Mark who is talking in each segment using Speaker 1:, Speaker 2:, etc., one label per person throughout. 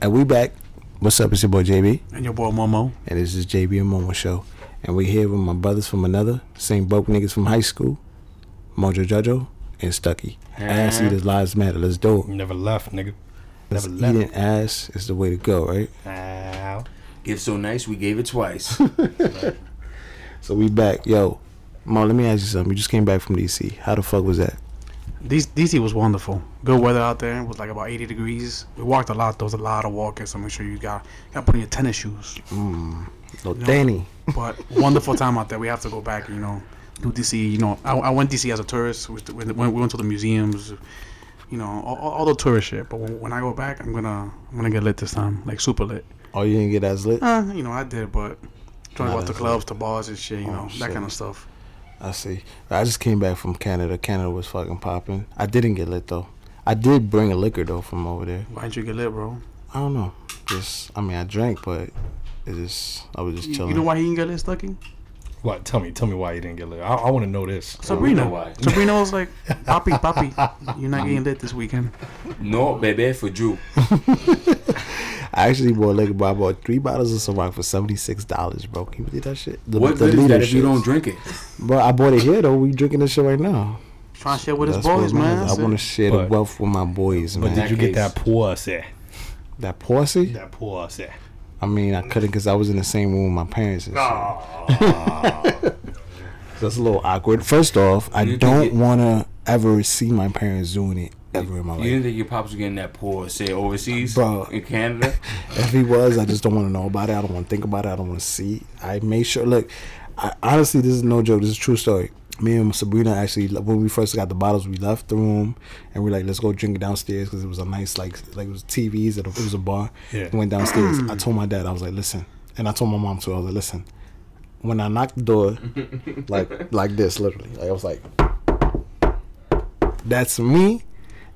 Speaker 1: And we back. What's up? It's your boy JB,
Speaker 2: And your boy Momo.
Speaker 1: and this is JB and Momo Show. And we here with my brothers from another, same broke niggas from high school, Mojo Jojo and Stucky. Ass eaters lives matter. Let's do it.
Speaker 3: Never left, nigga.
Speaker 1: Let's
Speaker 3: Never
Speaker 1: eating
Speaker 3: left.
Speaker 1: ass is the way to go, right?
Speaker 3: Ow.
Speaker 4: Give so nice, we gave it twice.
Speaker 1: So we back, yo. Mo, let me ask you something. You just came back from DC. How the fuck was that?
Speaker 2: These DC was wonderful. Good weather out there. It was like about 80 degrees. We walked a lot. There was a lot of walking, so make sure you got got put in your tennis shoes.
Speaker 1: No, Danny.
Speaker 2: But wonderful time out there. We have to go back, you know, do DC. You know, I, I went DC as a tourist. We, we, we went to the museums, you know, all, all all the tourist shit. But when, when I go back, I'm gonna I'm gonna get lit this time, like super lit.
Speaker 1: Oh, you didn't get as lit.
Speaker 2: Uh, you know, I did, but trying to go out to
Speaker 1: that's Oh,
Speaker 2: clubs, to bars and shit, you know, that
Speaker 1: shit.
Speaker 2: kind of stuff.
Speaker 1: I see. I just came back from Canada. Canada was fucking popping. I didn't get lit though. I did bring a liquor though from over there.
Speaker 2: Why'd you get lit, bro?
Speaker 1: I don't know. Just I mean I drank, but it just I was just
Speaker 2: You,
Speaker 1: chilling.
Speaker 2: you know why he didn't get lit, Stucky?
Speaker 3: What? Tell me. Tell me why you didn't get lit. I, I want to know this.
Speaker 2: Sabrina.
Speaker 4: know why.
Speaker 2: Sabrina was like, Papi, Papi, you're not getting lit this weekend.
Speaker 4: no, baby, for Drew.
Speaker 1: I actually bought liquor, but I bought three bottles of Ciroc for seventy six dollars, bro. Can you believe that shit? The,
Speaker 4: What
Speaker 1: the
Speaker 4: good is that
Speaker 1: liter
Speaker 4: if you
Speaker 1: shits.
Speaker 4: don't drink it?
Speaker 1: Bro, I bought it here though. We drinking this shit right now.
Speaker 2: Trying to share with his
Speaker 1: what
Speaker 2: boys,
Speaker 1: it matters.
Speaker 2: man.
Speaker 1: I want to share the
Speaker 3: But-
Speaker 1: wealth with my boys,
Speaker 3: But
Speaker 1: man.
Speaker 3: did you get
Speaker 4: case.
Speaker 3: that pussy?
Speaker 1: that posse?
Speaker 3: That pussy.
Speaker 1: I mean, I couldn't because I was in the same room with my parents. And shit. That's a little awkward. First off, I
Speaker 4: You
Speaker 1: don't
Speaker 4: think it-
Speaker 1: want to ever see my parents doing it ever in my
Speaker 4: You
Speaker 1: life.
Speaker 4: didn't think your pops was getting that poor, say, overseas
Speaker 1: Bro.
Speaker 4: in Canada?
Speaker 1: If he was, I just don't want to know about it. I don't want to think about it. I don't want to see. I made sure. Look, I, honestly, this is no joke. This is a true story. Me and Sabrina actually, when we first got the bottles, we left the room and we're like, let's go drink it downstairs because it was a nice, like, like it was TVs and it was a bar.
Speaker 3: Yeah.
Speaker 1: We went downstairs. I told my dad, I was like, listen, and I told my mom too. I was like, listen, when I knocked the door, like, like this, literally, like, I was like, that's me,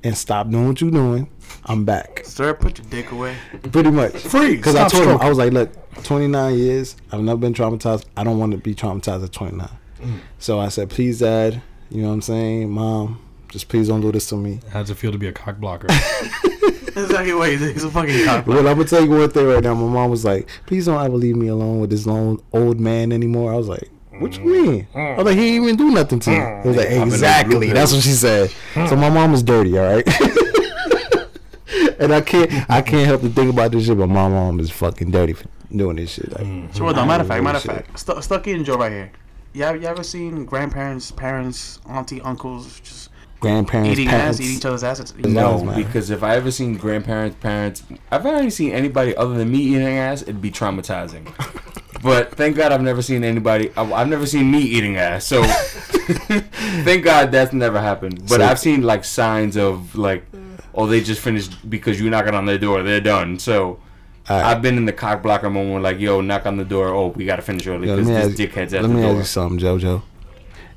Speaker 1: and stop doing what you're doing. I'm back
Speaker 2: Sir, put your dick away.
Speaker 1: pretty much
Speaker 3: Freeze.
Speaker 1: because i
Speaker 3: Stop
Speaker 1: told him
Speaker 3: stroking.
Speaker 1: i was like look 29 years i've never been traumatized i don't want to be traumatized at 29
Speaker 3: Mm.
Speaker 1: so i said please dad you know what i'm saying mom just please don't do this to me
Speaker 3: How does it feel to be a cock blocker?
Speaker 2: Exactly what he did. He's a fucking cop.
Speaker 1: well i'm gonna tell you one thing right now my mom was like please don't ever leave me alone with this lone old man anymore i was like what you mean?
Speaker 3: Mm.
Speaker 1: I was like, he didn't even do nothing to me. I was like, exactly. That's what she said.
Speaker 3: Mm.
Speaker 1: So my mom is dirty, all right. and I can't, I
Speaker 3: Mm-hmm.
Speaker 1: can't help to think about this shit. But my mom is fucking dirty for doing this shit. Like,
Speaker 3: Mm-hmm.
Speaker 2: So, hold on. Matter of fact,
Speaker 1: Mm.
Speaker 2: matter of fact. Stu Stucky and Joe right here. Yeah, you ever seen grandparents, parents, auntie, uncles just
Speaker 1: grandparents,
Speaker 2: eating
Speaker 1: parents.
Speaker 2: ass, eating each other's Oh, ass?
Speaker 1: No.
Speaker 2: No.
Speaker 4: No,
Speaker 1: matter.
Speaker 4: because if I ever seen grandparents, parents, I've already seen anybody other than me eating ass, it'd be traumatizing. but thank God I've never seen anybody. I've, I've never seen me eating ass, so thank God that's never happened. But
Speaker 1: So-
Speaker 4: I've seen like signs of like, oh, they just finished because you knocking on their door, they're done. So.
Speaker 1: All right.
Speaker 4: I've been in the cock blocker moment, like, yo, knock on the door. Oh, we gotta finish early
Speaker 1: Yo, let
Speaker 4: because
Speaker 1: me
Speaker 4: this
Speaker 1: ask,
Speaker 4: dickhead's at
Speaker 1: let
Speaker 4: the
Speaker 1: me ask
Speaker 4: door.
Speaker 1: you something, JoJo.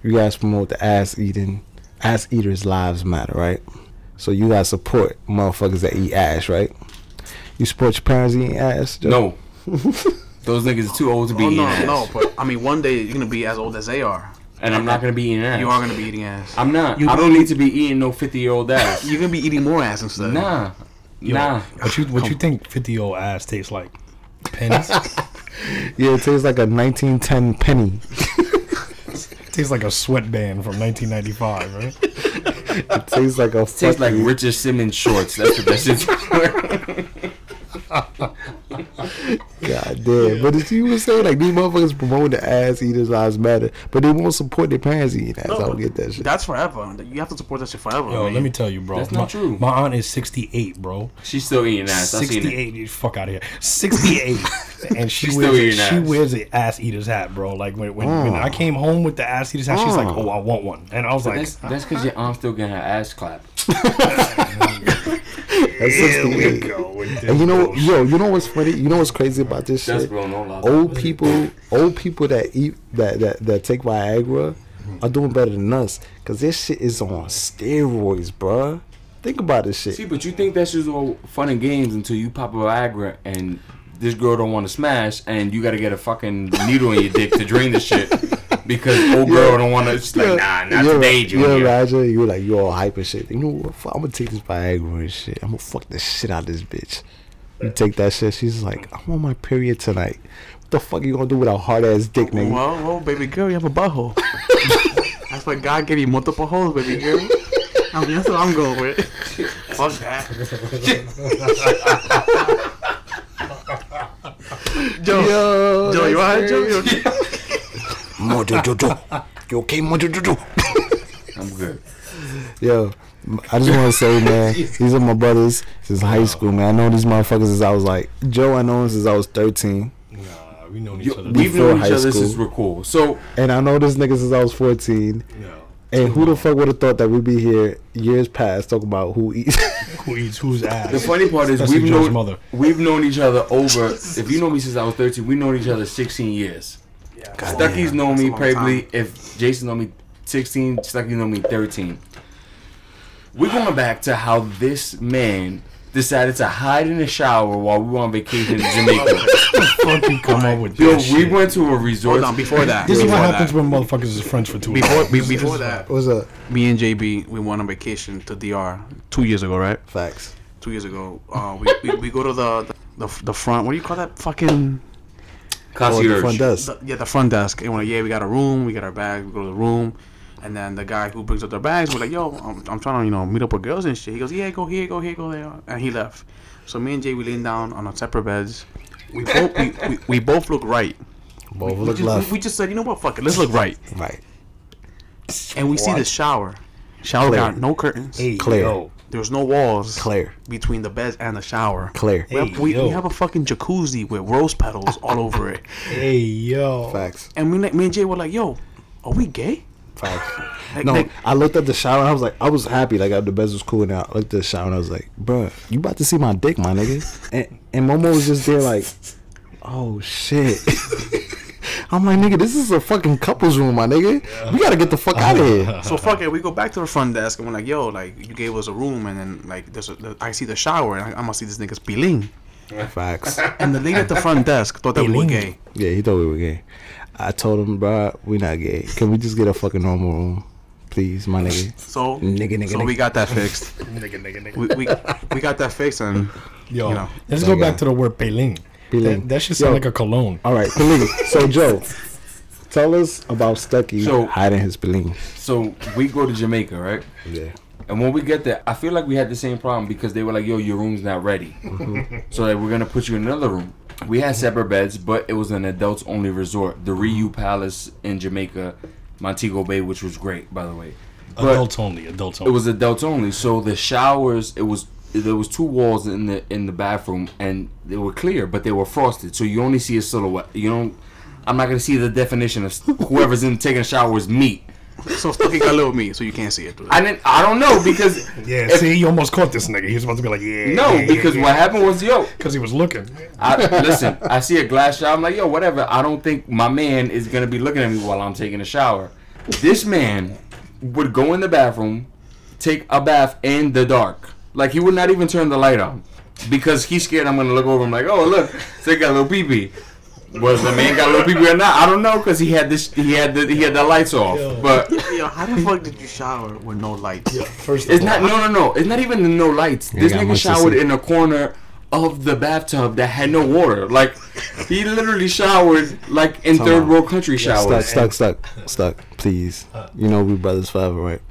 Speaker 1: You guys promote the ass eating, ass eaters' lives matter, right? So you guys support motherfuckers that eat ass, right? You support your parents eating ass? Jo?
Speaker 4: No, those niggas are too old to be
Speaker 2: Oh,
Speaker 4: eating
Speaker 2: no,
Speaker 4: ass,
Speaker 2: no. But, I mean, one day you're going to be as old as they are.
Speaker 4: and I'm not gonna be eating ass.
Speaker 2: You are going to be eating ass.
Speaker 4: I'm not.
Speaker 2: You
Speaker 4: I don't need to be eating no 50 year old ass.
Speaker 2: You're going to be eating more ass instead.
Speaker 4: nah. Nah.
Speaker 3: what you What you think? Fifty year old ass tastes like? Pennies.
Speaker 1: Yeah, it tastes like a 1910 penny.
Speaker 3: tastes like a sweatband from 1995, right?
Speaker 1: It tastes like a
Speaker 4: Tastes like
Speaker 1: fucking-
Speaker 4: Richard Simmons shorts. That's what that shit's
Speaker 1: God damn. But it's, you were saying like these motherfuckers promote the ass eaters' lives matter, but they won't support their parents eating ass. I
Speaker 2: No,
Speaker 1: don't get that shit.
Speaker 2: That's forever. You have to support that shit forever.
Speaker 3: Yo,
Speaker 2: man.
Speaker 3: let me tell you, bro.
Speaker 4: That's
Speaker 3: my,
Speaker 4: not true.
Speaker 3: My aunt is 68, bro.
Speaker 4: She's still eating ass. I seen it.
Speaker 3: 68. You fuck out of here. 68. and she
Speaker 4: She's still
Speaker 3: wears
Speaker 4: eating
Speaker 3: she
Speaker 4: ass. Mm.
Speaker 3: wears an ass eater's hat, bro. Like when when, when I came home with the ass eater's hat, she's like, "Oh, I want one," and I was like,
Speaker 4: That's that's because your aunt's still getting her ass clapped.
Speaker 1: That's 68.
Speaker 3: go with this
Speaker 1: And you know,
Speaker 3: bullshit."
Speaker 1: yo, you know what's funny? You know what's crazy about this
Speaker 4: That's
Speaker 1: shit?
Speaker 4: real, no lie.
Speaker 1: Old people, old people that eat that that, that take Viagra are doing better than us because this shit is on steroids, bruh. Think about this shit.
Speaker 4: See, but you think that's just all fun and games until you pop a Viagra and this girl don't want to smash and you got to get a fucking needle in your dick to drain the shit because old girl don't want to. She's like, nah, not
Speaker 1: you
Speaker 4: today,
Speaker 1: You
Speaker 4: Junior.
Speaker 1: imagine you like you all hype and shit. You know what? I'm gonna take this Viagra and shit. I'm gonna fuck the shit out of this bitch. You take that shit. She's like, I'm on my period tonight. What the fuck you gonna do with a hard ass dick, nigga?
Speaker 2: Well, well, baby girl, you have a butthole. That's why God gave you multiple holes, baby girl. I mean, that's what I'm going with. Fuck that. Joe,
Speaker 1: Yo,
Speaker 2: Joe, you alright, Joe? You okay?
Speaker 1: Mojo Jojo. You okay, Mojo Jojo?
Speaker 4: I'm good.
Speaker 1: Yo, I just want to say, man, these are my brothers since high school, man. I know these motherfuckers since I was like Joe. I know him since I was 13,
Speaker 3: Nah, we know each
Speaker 4: You-
Speaker 3: other.
Speaker 4: we've
Speaker 1: Before
Speaker 4: known
Speaker 1: high
Speaker 4: each other
Speaker 1: school.
Speaker 4: since we're cool. So
Speaker 1: and I know this nigga since I was 14.
Speaker 3: No.
Speaker 1: And who the fuck would have thought that we'd be here years past talking about who eats?
Speaker 3: Who eats whose ass?
Speaker 4: the funny part is
Speaker 3: Especially
Speaker 4: we've
Speaker 3: Joe's
Speaker 4: known
Speaker 3: mother.
Speaker 4: we've known each other over. if you know me since I was 13, we've known each other 16 years. Stucky's known
Speaker 2: That's a
Speaker 4: me
Speaker 2: long
Speaker 4: probably
Speaker 2: time.
Speaker 4: if Jason known me 16, Stucky known me 13. We're going back to how this man decided to hide in the shower while we were on vacation in Jamaica.
Speaker 3: fucking come up with
Speaker 4: Yo,
Speaker 3: this
Speaker 4: we
Speaker 3: shit.
Speaker 4: went to a resort.
Speaker 2: Hold on, before that.
Speaker 3: This is
Speaker 2: before
Speaker 3: what
Speaker 2: that.
Speaker 3: happens when motherfuckers is friends for two.
Speaker 2: Before,
Speaker 3: hours.
Speaker 2: be,
Speaker 3: This is
Speaker 2: before
Speaker 3: fine.
Speaker 2: that,
Speaker 1: What's up?
Speaker 2: me and JB, we went on vacation to DR two years ago, right?
Speaker 1: Facts.
Speaker 2: Two years ago. Uh, we, we, we go to the, the, the front, what do you call that fucking
Speaker 1: Oh, the
Speaker 4: concierge.
Speaker 1: front desk.
Speaker 2: the, yeah, the front desk. And we're like, yeah, we got a room, we got our bags, we go to the room. And then the guy who brings up their bags, we're like, yo, I'm, I'm trying to, you know, meet up with girls and shit. He goes, yeah, go here, go here, go there. And he left. So me and Jay, we lean down on our separate beds. We both, we, we, we both look right.
Speaker 1: Both
Speaker 2: we,
Speaker 1: look
Speaker 2: just,
Speaker 1: left.
Speaker 2: We, we just said, you know what, fuck it, let's look right.
Speaker 1: right.
Speaker 2: And we see the shower. Shower
Speaker 1: Clear.
Speaker 2: got no curtains.
Speaker 3: Hey,
Speaker 1: Clear.
Speaker 3: yo.
Speaker 2: There's no walls.
Speaker 1: Clear.
Speaker 2: Between the beds and the shower.
Speaker 1: Clear.
Speaker 2: We have, we,
Speaker 3: Hey, yo.
Speaker 2: we have a fucking jacuzzi with rose petals all over it.
Speaker 3: Hey yo.
Speaker 1: Facts.
Speaker 2: And we, me and Jay were like, yo, are we gay?
Speaker 1: Facts.
Speaker 2: Like-
Speaker 1: No,
Speaker 2: like-
Speaker 1: I looked at the shower. I was like, I was happy. Like I- the best was cool. And I looked at the shower and I was like, bruh, you about to see my dick, my nigga. And and Momo was just there like, oh shit. I'm like, nigga, this is a fucking couples room, my nigga. We gotta get the fuck out of here.
Speaker 2: So fuck it, we go back to the front desk and we're like, yo, like you gave us a room and then like there's a, the- I see the shower and I, I'm gonna see this nigga's peeling.
Speaker 1: Facts.
Speaker 2: And the lady at the front desk thought that we were gay.
Speaker 1: Yeah, he thought we were gay. I told him, bruh, we not gay. Can we just get a fucking normal room, please, my nigga?
Speaker 2: So
Speaker 1: Nigga, nigga,
Speaker 2: so
Speaker 1: nigga.
Speaker 2: we got that fixed.
Speaker 3: Nigga, nigga, nigga.
Speaker 2: we, we we got that fixed and
Speaker 3: Yo,
Speaker 2: you know.
Speaker 3: let's go
Speaker 1: Nigga.
Speaker 3: back to the word peling.
Speaker 1: Peeling.
Speaker 3: That, that should sound
Speaker 1: Yo. Uh,
Speaker 3: like a cologne.
Speaker 1: All right, Peling. so Joe, tell us about Stucky
Speaker 4: So-
Speaker 1: hiding his Peling.
Speaker 4: So we go to Jamaica, right?
Speaker 1: Yeah.
Speaker 4: And when we get there, I feel like we had the same problem because they were like, "Yo, your room's not ready,"
Speaker 3: Mm-hmm.
Speaker 4: so like we're gonna put you in another room. We had separate beds, but it was an adults-only resort, the Ryu Palace in Jamaica, Montego Bay, which was great, by the way. But
Speaker 3: Adults only. Adults
Speaker 4: it
Speaker 3: only.
Speaker 4: was adults only, so the showers it was there was two walls in the in the bathroom, and they were clear, but they were frosted, so you only see a silhouette. You don't. I'm not gonna see the definition of whoever's in taking a shower is meat.
Speaker 2: So Stucky got a little me, so you can't see it.
Speaker 4: I didn't. I don't know because
Speaker 3: yeah.
Speaker 4: if-
Speaker 3: see, you almost caught this nigga. He was about to be like, yeah.
Speaker 4: no, because what happened was yo.
Speaker 3: Because he was looking.
Speaker 4: I, listen, I see a glass shower. I'm like, yo, whatever. I don't think my man is gonna be looking at me while I'm taking a shower. This man would go in the bathroom, take a bath in the dark. Like he would not even turn the light on because he's scared I'm gonna look over. I'm like, oh look, they got a little pee pee. Was the man got a little pee pee or not? I don't know because he had this. He had the he had the lights off. But
Speaker 2: Yo, how the fuck did you shower with no lights?
Speaker 3: First of
Speaker 4: it's
Speaker 3: all,
Speaker 4: not. No, no, no. It's not even the no lights. this
Speaker 1: got
Speaker 4: nigga
Speaker 1: much to
Speaker 4: showered
Speaker 1: see.
Speaker 4: in a corner of the bathtub that had no water. Like he literally showered like in third
Speaker 1: on.
Speaker 4: world country showers.
Speaker 1: Stuck, stuck, stuck, stuck. Please, you know we brothers forever, right?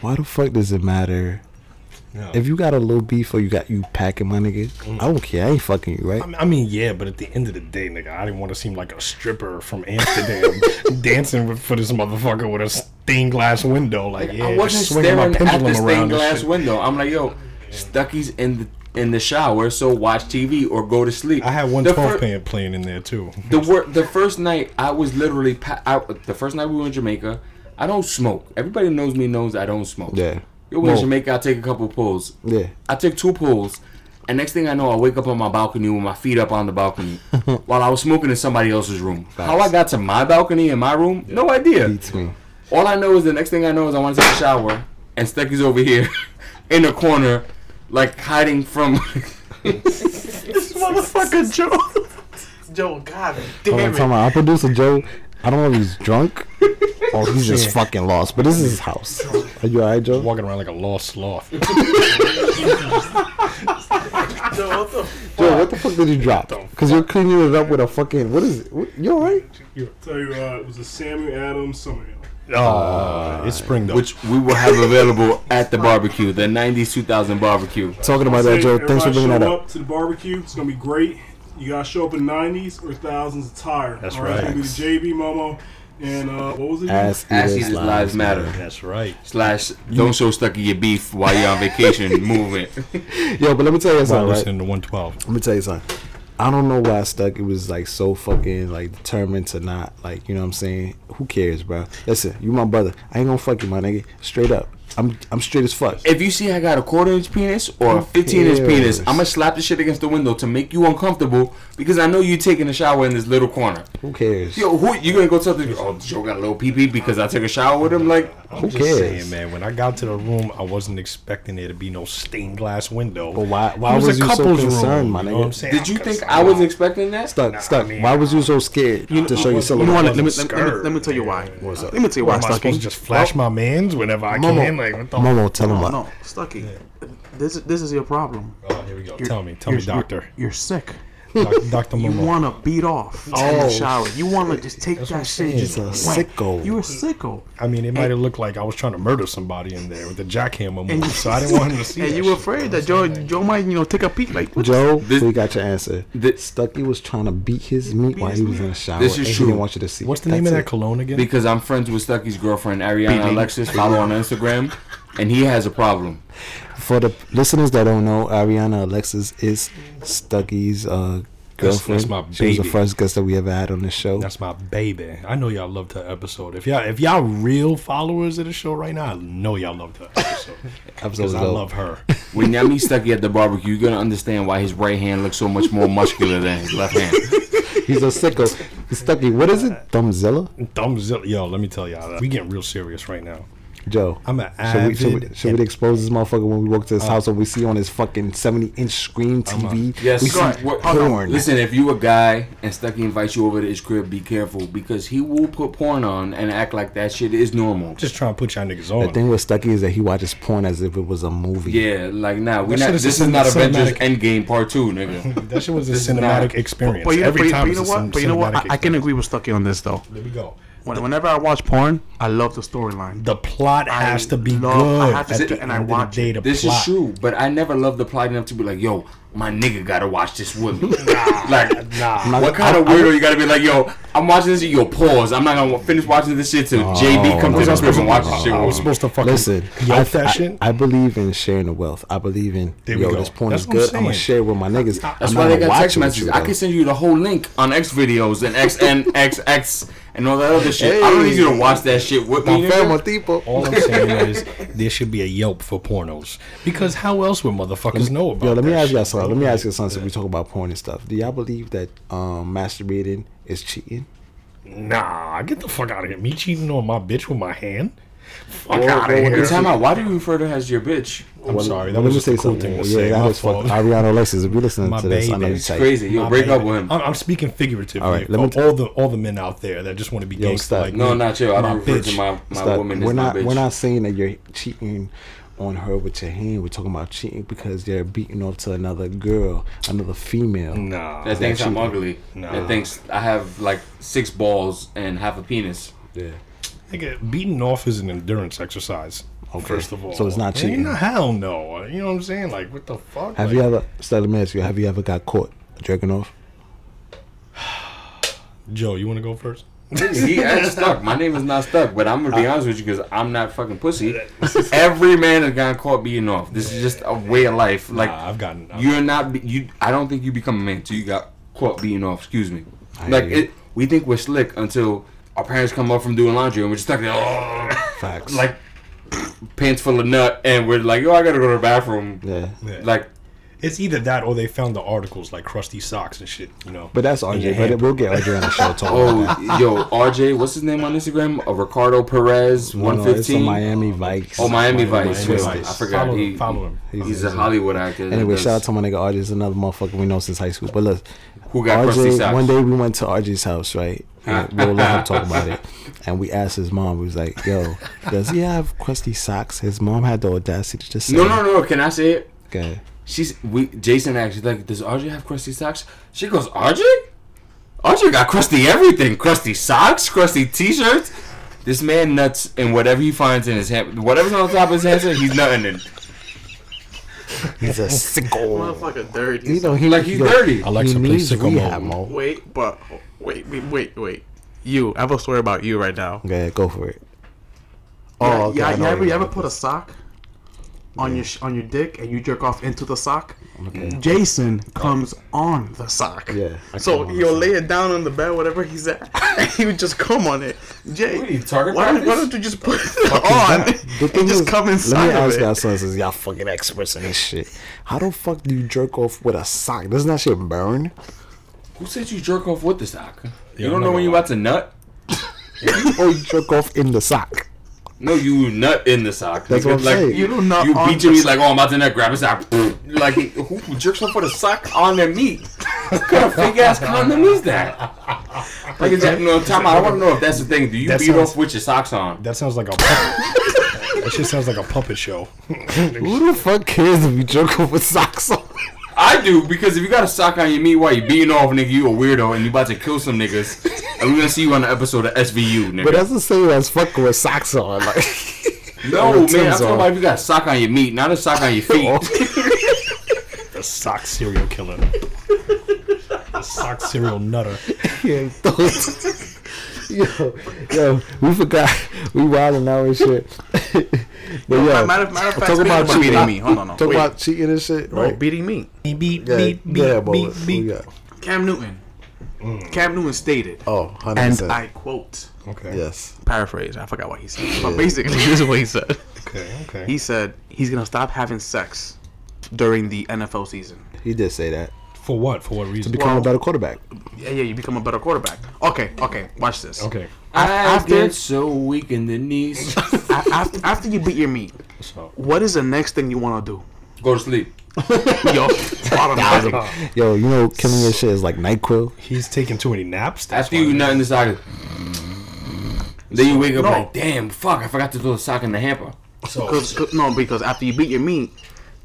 Speaker 1: Why the fuck does it matter
Speaker 3: no.
Speaker 1: if you got a little beef or you got you packing, my nigga? I don't care. I ain't fucking you, right?
Speaker 3: I mean- I mean, yeah, but at the end of the day, nigga, I didn't want to seem like a stripper from Amsterdam dancing with, for this motherfucker with a stained glass window. Like, yeah,
Speaker 4: I wasn't
Speaker 3: swinging my
Speaker 4: staring at
Speaker 3: pendulum
Speaker 4: the
Speaker 3: around.
Speaker 4: stained
Speaker 3: and
Speaker 4: glass
Speaker 3: shit.
Speaker 4: window. I'm like, yo, Stucky's in the in the shower, so watch TV or go to sleep.
Speaker 3: I had one
Speaker 4: The
Speaker 3: 12
Speaker 4: fir-
Speaker 3: pan playing in there, too.
Speaker 4: The wor- the first night I was literally pa- I, the first night we were in Jamaica. I don't smoke. Everybody knows me knows I don't smoke.
Speaker 1: Yeah.
Speaker 4: Yo, we're in
Speaker 1: No.
Speaker 4: Jamaica. I take a couple pulls.
Speaker 1: Yeah.
Speaker 4: I took two pulls, and next thing I know, I wake up on my balcony with my feet up on the balcony while I was smoking in somebody else's room. How I got to my balcony in my room, no idea.
Speaker 1: Beats me.
Speaker 4: All I know is the next thing I know is I want to take a shower, and Stecky's over here in the corner, like hiding from.
Speaker 2: this motherfucker Joe. Joe, god
Speaker 1: Hold on,
Speaker 2: damn
Speaker 1: time
Speaker 2: it.
Speaker 1: out. Our producer Joe, I don't know if he's drunk or he's just fucking lost, but this is his house. Are you alright, Joe?
Speaker 3: Walking around like a lost sloth.
Speaker 2: Joe, what the fuck?
Speaker 1: fuck did you drop?
Speaker 3: What the
Speaker 1: Because you're cleaning it up with a fucking. What is it? What, you alright?
Speaker 5: Tell you, uh, it was a Samuel Adams summer ale.
Speaker 3: Oh,
Speaker 1: Ah,
Speaker 3: it's spring though.
Speaker 4: which we will have available at the barbecue, the 90s 2000 barbecue.
Speaker 1: Talking about that,
Speaker 5: Hey,
Speaker 1: Joe. Thanks for
Speaker 5: everybody
Speaker 1: bringing that
Speaker 5: show
Speaker 1: up.
Speaker 5: to the barbecue. It's gonna be great. You gotta show up in nineties or thousands attire.
Speaker 3: That's
Speaker 5: All It's
Speaker 3: right.
Speaker 5: gonna be the JB Momo and uh, what was it?
Speaker 1: Ass
Speaker 4: Ass
Speaker 1: eaters
Speaker 4: Eaters
Speaker 1: live.
Speaker 4: Lives Matter.
Speaker 3: That's right.
Speaker 4: Slash, don't show stuck in your beef while you're on vacation. Movement.
Speaker 1: Yo, but let me tell you
Speaker 3: While
Speaker 1: something. Right?
Speaker 3: listening to 112.
Speaker 1: Let me tell you something. I don't know why I stuck. It was like so fucking like determined to not like you know what I'm saying. Who cares, bro? Listen, you my brother. I ain't gonna fuck you, my nigga. Straight up, I'm I'm straight as fuck.
Speaker 4: If you see I got a quarter inch penis or a 15 inch penis,
Speaker 1: cares?
Speaker 4: I'm gonna slap the shit against the window to make you uncomfortable because I know you taking a shower in this little corner.
Speaker 1: Who cares?
Speaker 4: Yo, who you gonna go tell the oh Joe got a little pee pee because I took a shower with him? Like,
Speaker 3: I'm
Speaker 1: Who
Speaker 3: just
Speaker 1: cares?
Speaker 3: saying, man. When I got to the room, I wasn't expecting there to be no stained glass window.
Speaker 1: But why- why
Speaker 3: It
Speaker 1: was you so concerned, my
Speaker 3: you
Speaker 1: nigga?
Speaker 3: know what I'm saying?
Speaker 4: did you
Speaker 3: I'm
Speaker 4: think
Speaker 3: concerned.
Speaker 4: I was expecting that?
Speaker 1: stuck,
Speaker 3: Nah,
Speaker 1: stuck.
Speaker 3: I mean,
Speaker 1: why was you so scared to show your
Speaker 2: You know
Speaker 1: silhouette?
Speaker 2: what? Let me, let,
Speaker 3: wasn't
Speaker 2: me, let, me,
Speaker 3: scared.
Speaker 2: let me tell you why.
Speaker 1: What's up?
Speaker 2: Let me tell you
Speaker 3: Why
Speaker 2: why,
Speaker 3: am I supposed
Speaker 2: Stucky.
Speaker 3: to just flash my man's whenever I came
Speaker 2: Momo.
Speaker 3: in? Like, what the
Speaker 1: Momo, tell him
Speaker 2: No,
Speaker 1: what.
Speaker 2: no, Stucky. This, this is your problem.
Speaker 3: Oh, here we go. Tell me, tell me,
Speaker 2: You're- you're-
Speaker 3: doctor.
Speaker 2: You're, sick.
Speaker 3: Doc- Dr.
Speaker 2: You
Speaker 3: Momo.
Speaker 2: want to beat off in the shower. You want to just take
Speaker 3: Oh, what I'm
Speaker 2: that shit.
Speaker 3: saying.
Speaker 2: and Just
Speaker 1: It's a
Speaker 2: whack.
Speaker 1: sicko.
Speaker 2: You're a sicko.
Speaker 3: I mean, it might have looked like I was trying to murder somebody in there with the jackhammer move, so I didn't want him to see
Speaker 2: And
Speaker 3: that
Speaker 2: you were
Speaker 3: shit.
Speaker 2: afraid that Joe, Joe might, you know, take a peek. Like, what the-
Speaker 1: Joe,
Speaker 4: This-
Speaker 1: we got your answer.
Speaker 4: Thi-
Speaker 1: Stucky was trying to beat his meat while
Speaker 2: his
Speaker 1: he was
Speaker 2: meat.
Speaker 1: in the shower.
Speaker 4: This is
Speaker 1: and He
Speaker 4: true.
Speaker 1: didn't want you to see.
Speaker 3: What's the
Speaker 1: That's
Speaker 3: name of that
Speaker 1: it.
Speaker 3: cologne again?
Speaker 4: because I'm friends with Stucky's girlfriend Ariana Alexis. Follow on Instagram, and he has a problem.
Speaker 1: For the listeners that don't know, Ariana Alexis is Stucky's uh,
Speaker 3: That's-
Speaker 1: girlfriend.
Speaker 3: that's my
Speaker 1: She was the
Speaker 3: baby.
Speaker 1: first guest that we ever had on this show.
Speaker 3: That's my baby. I know y'all loved her episode. If y'all if y'all real followers of the show right now, I know y'all loved her episode.
Speaker 1: Episode
Speaker 3: Because I
Speaker 1: dope.
Speaker 3: love her.
Speaker 4: When y'all meet Stucky at the barbecue, you're gonna understand why his right hand looks so much more muscular than his left hand.
Speaker 1: He's a sicko. Stucky, what is it? Thumbzilla?
Speaker 3: Thumbzilla. Yo, let me tell y'all that. We getting real serious right now.
Speaker 1: Joe.
Speaker 3: I'm an
Speaker 1: should we,
Speaker 3: avid.
Speaker 1: should, we, should we expose this motherfucker when we walk to his house and we see on his fucking 70 inch screen TV?
Speaker 4: Yes,
Speaker 1: we
Speaker 4: sorry.
Speaker 1: see
Speaker 4: What- hold on.
Speaker 1: porn.
Speaker 4: Listen, if you a guy and Stucky invites you over to his crib, be careful because he will put porn on and act like that shit is normal.
Speaker 3: just trying to put y'all niggas
Speaker 1: The
Speaker 3: on.
Speaker 1: thing with Stucky is that he watches porn as if it was a movie.
Speaker 4: Yeah, like nah, we
Speaker 3: That
Speaker 4: not.
Speaker 3: shit is
Speaker 4: This
Speaker 3: a
Speaker 4: is not
Speaker 3: cinematic-
Speaker 4: Avengers Endgame Part Two, nigga.
Speaker 3: that shit was a
Speaker 4: This is not-
Speaker 3: cinematic experience.
Speaker 2: But you know,
Speaker 3: Every
Speaker 2: but, you-
Speaker 3: time
Speaker 2: but you
Speaker 3: it's
Speaker 2: know
Speaker 3: a
Speaker 2: what?
Speaker 3: cin-
Speaker 2: But you know what?
Speaker 3: cinematic
Speaker 2: I, I can
Speaker 3: experience.
Speaker 2: agree with Stucky on this though.
Speaker 3: There we go.
Speaker 2: When, whenever I watch porn, I love the storyline.
Speaker 3: The plot
Speaker 2: I
Speaker 3: has to be
Speaker 2: love-
Speaker 3: good.
Speaker 2: I have to
Speaker 3: At
Speaker 2: sit
Speaker 3: the
Speaker 2: and I
Speaker 3: end of the
Speaker 2: watch
Speaker 3: day,
Speaker 2: it.
Speaker 3: the
Speaker 4: This
Speaker 3: plot-
Speaker 4: is true, but I never loved the plot enough to be like, yo, my nigga gotta watch this with me. like,
Speaker 3: Nah.
Speaker 4: What kind of weirdo you gotta be like, yo? I'm watching this. Yo, pause. I'm not gonna finish watching this shit till JB comes
Speaker 1: no,
Speaker 4: to
Speaker 1: no,
Speaker 4: the crib and watches shit.
Speaker 3: I was
Speaker 4: with me.
Speaker 3: supposed to fucking
Speaker 1: Listen, I,
Speaker 3: yelp that
Speaker 1: I-
Speaker 3: shit.
Speaker 1: I believe in sharing the wealth. I believe in
Speaker 3: There we
Speaker 1: yo,
Speaker 3: go.
Speaker 1: this porn
Speaker 3: That's
Speaker 1: is
Speaker 3: what I'm
Speaker 1: good. I'm gonna
Speaker 3: saying.
Speaker 1: share it with my niggas.
Speaker 4: That's
Speaker 1: I'm
Speaker 4: why
Speaker 1: not
Speaker 4: they
Speaker 1: gonna
Speaker 4: got
Speaker 1: watch
Speaker 4: text
Speaker 1: it with
Speaker 4: messages.
Speaker 1: you,
Speaker 4: I
Speaker 1: though.
Speaker 4: can send you the whole link on X videos and XNXX and all that other shit. I don't need you to watch that shit with me.
Speaker 1: Don Famo
Speaker 4: nigga.
Speaker 1: Tipo.
Speaker 3: All I'm saying is there should be a Yelp for pornos because how else would motherfuckers know about?
Speaker 1: Yo, let me
Speaker 3: that
Speaker 1: ask y'all
Speaker 3: shit,
Speaker 1: something.
Speaker 3: bro?
Speaker 1: Let me ask you something. Since we talk about porn and stuff, do y'all believe that um, masturbating is cheating?
Speaker 3: Nah, get the fuck out of here. Me cheating on my bitch with my hand? Fuck
Speaker 1: Whoa,
Speaker 3: out
Speaker 1: whoa,
Speaker 3: of
Speaker 1: whoa,
Speaker 3: here.
Speaker 1: this-
Speaker 4: Time out. Why do you refer to her as your bitch?
Speaker 3: I'm sorry, that
Speaker 1: Let
Speaker 3: was
Speaker 1: me
Speaker 3: just a cool thing to say.
Speaker 1: Yeah,
Speaker 3: My
Speaker 1: that was fucked.
Speaker 3: fault.
Speaker 1: Ariana Alexis, if you're listening
Speaker 3: My
Speaker 1: to this, I know
Speaker 3: baby.
Speaker 1: you
Speaker 4: It's
Speaker 1: tight.
Speaker 4: crazy. Yo,
Speaker 3: My
Speaker 4: break up
Speaker 3: bad.
Speaker 4: with him.
Speaker 3: I'm, I'm speaking figuratively.
Speaker 1: All
Speaker 3: All
Speaker 1: right,
Speaker 3: right,
Speaker 1: let me t-
Speaker 3: all the all the men out there that just want to be gangster
Speaker 1: stop.
Speaker 3: like
Speaker 4: No,
Speaker 3: me.
Speaker 4: not you. I
Speaker 3: My
Speaker 4: don't refer
Speaker 3: bitch.
Speaker 4: to my, my
Speaker 1: Stop.
Speaker 4: woman
Speaker 1: we're
Speaker 4: as
Speaker 1: not
Speaker 4: my bitch.
Speaker 1: we're not saying that you're cheating on her with your hand. We're talking about cheating because they're beating off to another girl, another female.
Speaker 3: Nah.
Speaker 4: that thinks I'm
Speaker 1: cheating.
Speaker 4: ugly.
Speaker 3: Nah.
Speaker 4: That thinks I have like six balls and half a penis.
Speaker 1: Yeah.
Speaker 3: Nigga, beating off is an endurance exercise. First of all,
Speaker 1: So it's not
Speaker 3: Man,
Speaker 1: cheating.
Speaker 3: hell no. You know what I'm saying? Like, what the fuck?
Speaker 1: Have
Speaker 3: Like,
Speaker 1: you ever so let me ask you, have you ever got caught jerking off?
Speaker 3: Joe, you want to go first?
Speaker 4: See, I ain't stuck. My name is not stuck, but I'm gonna
Speaker 1: Uh,
Speaker 4: be honest with you because I'm not fucking pussy. Every man has gotten caught beating off. This is just a way of life. Like
Speaker 3: Nah, I've gotten. I've-
Speaker 4: you're not be- you. I don't think you become a man till you got caught beating off. Excuse me. Like
Speaker 1: hear you.
Speaker 4: it, we think we're slick until our parents come up from doing laundry and we're just stuck there. "Oh,"
Speaker 1: Facts.
Speaker 4: like pants full of nut, and we're like, yo, I gotta go to the bathroom.
Speaker 1: Yeah.
Speaker 3: Yeah.
Speaker 4: Like
Speaker 3: It's either that or they found the articles like crusty socks and shit. You know.
Speaker 1: But that's
Speaker 3: in your
Speaker 1: RJ.
Speaker 3: hand.
Speaker 1: But we'll get RJ on the show talking about
Speaker 4: Oh,
Speaker 1: that.
Speaker 4: yo, RJ, what's his name on Instagram? Uh, Ricardo Perez,
Speaker 1: Oh, No, no, it's a
Speaker 4: 115.
Speaker 1: Miami Vikes.
Speaker 4: oh, Miami Vice.
Speaker 1: Miami
Speaker 4: yeah,
Speaker 1: Vice.
Speaker 4: I forgot.
Speaker 3: Follow him,
Speaker 4: he,
Speaker 3: follow him.
Speaker 4: He's,
Speaker 1: He's
Speaker 4: a
Speaker 1: a-
Speaker 4: Hollywood actor. that
Speaker 1: Anyway,
Speaker 4: does-
Speaker 1: shout out to my nigga RJ. He's another motherfucker we know since high school. But look,
Speaker 4: Who got crusty
Speaker 1: RJ,
Speaker 4: socks?
Speaker 1: one day we went to RJ's house, right? And We'll let him talk about it. And we asked his mom, we was like, yo, does he have crusty socks? His mom had the audacity to say,
Speaker 4: No, no, no. Can I say it?
Speaker 1: Okay.
Speaker 4: She's we. Jason actually like, does Audrey have crusty socks? She goes, Audrey, Audrey got crusty everything, crusty socks, crusty t-shirts. This man nuts in whatever he finds in his hand, whatever's on top of his hamster, he's nutting in.
Speaker 1: He's a sicko.
Speaker 2: Motherfucker, dirty.
Speaker 1: You know, he
Speaker 4: Like he's
Speaker 1: look,
Speaker 4: dirty.
Speaker 3: Alexa,
Speaker 1: he
Speaker 3: please
Speaker 1: needs
Speaker 3: sicko
Speaker 1: rehab,
Speaker 3: mode.
Speaker 1: Mo.
Speaker 2: Wait, but wait, wait, wait, wait. You, I have a story about you right now.
Speaker 1: Okay, go for it.
Speaker 2: Oh,
Speaker 1: okay,
Speaker 2: yeah,
Speaker 1: I
Speaker 2: yeah,
Speaker 1: know
Speaker 2: you ever,
Speaker 1: you
Speaker 2: you ever
Speaker 1: like
Speaker 2: put a sock on your sh- on your dick and you jerk off into the sock? Jason comes on the sock.
Speaker 1: Yeah, I
Speaker 2: So
Speaker 1: come on
Speaker 2: you'll
Speaker 1: the
Speaker 2: lay it down on the bed, whatever he's at, and he would just come on it. Jay,
Speaker 4: What are you, target
Speaker 2: why, don't- why
Speaker 4: practice?
Speaker 2: don't you just put it on and just come
Speaker 1: Let
Speaker 2: inside
Speaker 1: me
Speaker 2: of
Speaker 1: ask y'all
Speaker 2: it?
Speaker 1: something since y'all fucking experts in this shit. How the fuck do you jerk off with a sock? Doesn't that shit burn?
Speaker 4: Who said you jerk off with the sock? you
Speaker 3: I'm
Speaker 4: don't
Speaker 3: not
Speaker 4: know
Speaker 3: gonna
Speaker 4: when you're about to nut.
Speaker 1: or you jerk off in the sock?
Speaker 4: No, you nut in the sock.
Speaker 1: That's what I'm
Speaker 4: like,
Speaker 1: saying.
Speaker 4: You,
Speaker 2: You do not
Speaker 4: you
Speaker 2: on
Speaker 4: beat your
Speaker 2: the
Speaker 4: meat like, oh, I'm about to nut. Grab a sock. like, who jerks off with a sock on their meat? What kind of fake ass condom is that? Like, is that, no, time out. I want to know if that's the thing. Do you
Speaker 3: That
Speaker 4: beat
Speaker 3: sounds-
Speaker 4: off with your socks on?
Speaker 3: That sounds like a puppet. that shit sounds like a puppet show.
Speaker 1: Who the fuck cares if you jerk off with socks on?
Speaker 4: I do because if you got a sock on your meat while you beating off, nigga, you a weirdo and you about to kill some niggas. And we're gonna see you on the episode of SVU, nigga.
Speaker 1: But that's the same as fucking with socks on. Like,
Speaker 4: no,
Speaker 1: Or
Speaker 4: man, I'm
Speaker 1: Tim's
Speaker 4: talking
Speaker 1: on.
Speaker 4: about if you got a sock on your meat, not a sock on your feet.
Speaker 3: The sock serial killer. The sock serial nutter.
Speaker 1: Yeah, those- yo, yo, we forgot we wilding out and shit. but yo,
Speaker 2: Matter, matter of fact,
Speaker 1: talk
Speaker 2: speaking
Speaker 1: about
Speaker 2: about
Speaker 1: cheating.
Speaker 2: beating me. Hold on, no,
Speaker 1: talk
Speaker 2: wait.
Speaker 1: about cheating and shit,
Speaker 2: No,
Speaker 1: right?
Speaker 2: Oh, beating me.
Speaker 1: yeah, yeah, but what- what we got?
Speaker 2: Cam Newton.
Speaker 1: Mm.
Speaker 2: Cam Newton stated,
Speaker 1: Oh, 100
Speaker 2: and
Speaker 1: percent.
Speaker 2: I quote,
Speaker 3: Okay.
Speaker 1: Yes.
Speaker 2: paraphrase. I forgot what he said, but basically, this is what he said.
Speaker 3: Okay. Okay.
Speaker 2: He said he's gonna stop having sex during the NFL season.
Speaker 1: He did say that.
Speaker 3: For what? For what reason?
Speaker 1: Become
Speaker 2: Well-
Speaker 1: a better quarterback.
Speaker 2: Yeah, yeah, you become a better quarterback. Okay, okay, watch this.
Speaker 3: okay.
Speaker 4: I
Speaker 2: After-
Speaker 4: get so weak in the knees.
Speaker 2: A- after, after you beat your meat,
Speaker 3: So
Speaker 2: what is the next thing you want to
Speaker 4: Go to sleep.
Speaker 2: do? Yo, bottom line.
Speaker 1: Yo, you know, killing your shit is like NyQuil.
Speaker 3: he's taking too many naps. That's
Speaker 4: After you nut in the socket. Then you wake up
Speaker 2: No.
Speaker 4: like, damn, fuck, I forgot to throw the sock in the hamper.
Speaker 3: so,
Speaker 2: 'Cause- 'cause- no, because after you beat your meat,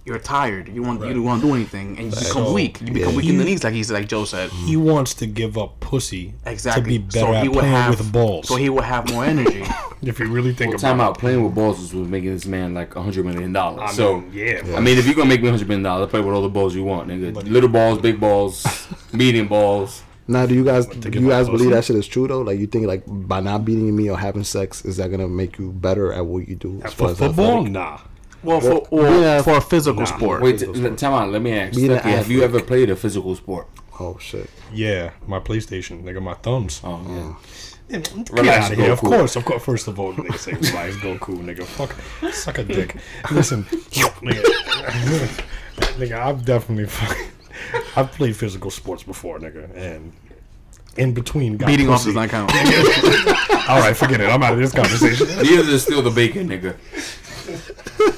Speaker 2: you're tired. You want you don't want to do anything, and you become
Speaker 3: So-
Speaker 2: weak. You become weak in the knees, like he said, like Joe said.
Speaker 3: he wants to give up pussy
Speaker 2: Exactly.
Speaker 3: to be better at playing with balls.
Speaker 2: So he will have more energy.
Speaker 3: if you really think about
Speaker 4: Time out. Playing with balls was making this man like a hundred million dollars.
Speaker 3: it.
Speaker 4: so
Speaker 3: yeah,
Speaker 4: I mean, if you're gonna make me a hundred million dollars, play with all the balls you want, nigga. Little balls, big balls, medium balls.
Speaker 1: Now, do you guys do
Speaker 3: give
Speaker 1: you
Speaker 3: up
Speaker 1: guys believe
Speaker 3: pussy?
Speaker 1: that shit is true though? Like, you think like by not beating me or having sex, is that gonna make you better at what you do? As
Speaker 3: for
Speaker 1: as
Speaker 3: football,
Speaker 1: athletic?
Speaker 3: nah.
Speaker 2: well, for or
Speaker 1: Yeah.
Speaker 2: for a physical sport.
Speaker 4: Wait, t- l- time out. Let me ask.
Speaker 1: Being an
Speaker 4: Stucky, have you ever played a physical sport?
Speaker 1: Oh shit.
Speaker 3: Yeah, my PlayStation. They got my thumbs.
Speaker 4: Oh yeah.
Speaker 3: Get
Speaker 4: Relax,
Speaker 3: out of here. Of
Speaker 4: Goku.
Speaker 3: course, of course. First of all, nigga say relax, Goku, nigga. Fuck, suck a dick. Listen, nigga, nigga, I've definitely fucking, I've played physical sports before, nigga, and in between got
Speaker 2: Beating off
Speaker 3: pussy.
Speaker 2: does not count.
Speaker 3: All right, forget it. I'm out of this conversation.
Speaker 4: Neither does steal the bacon, nigga.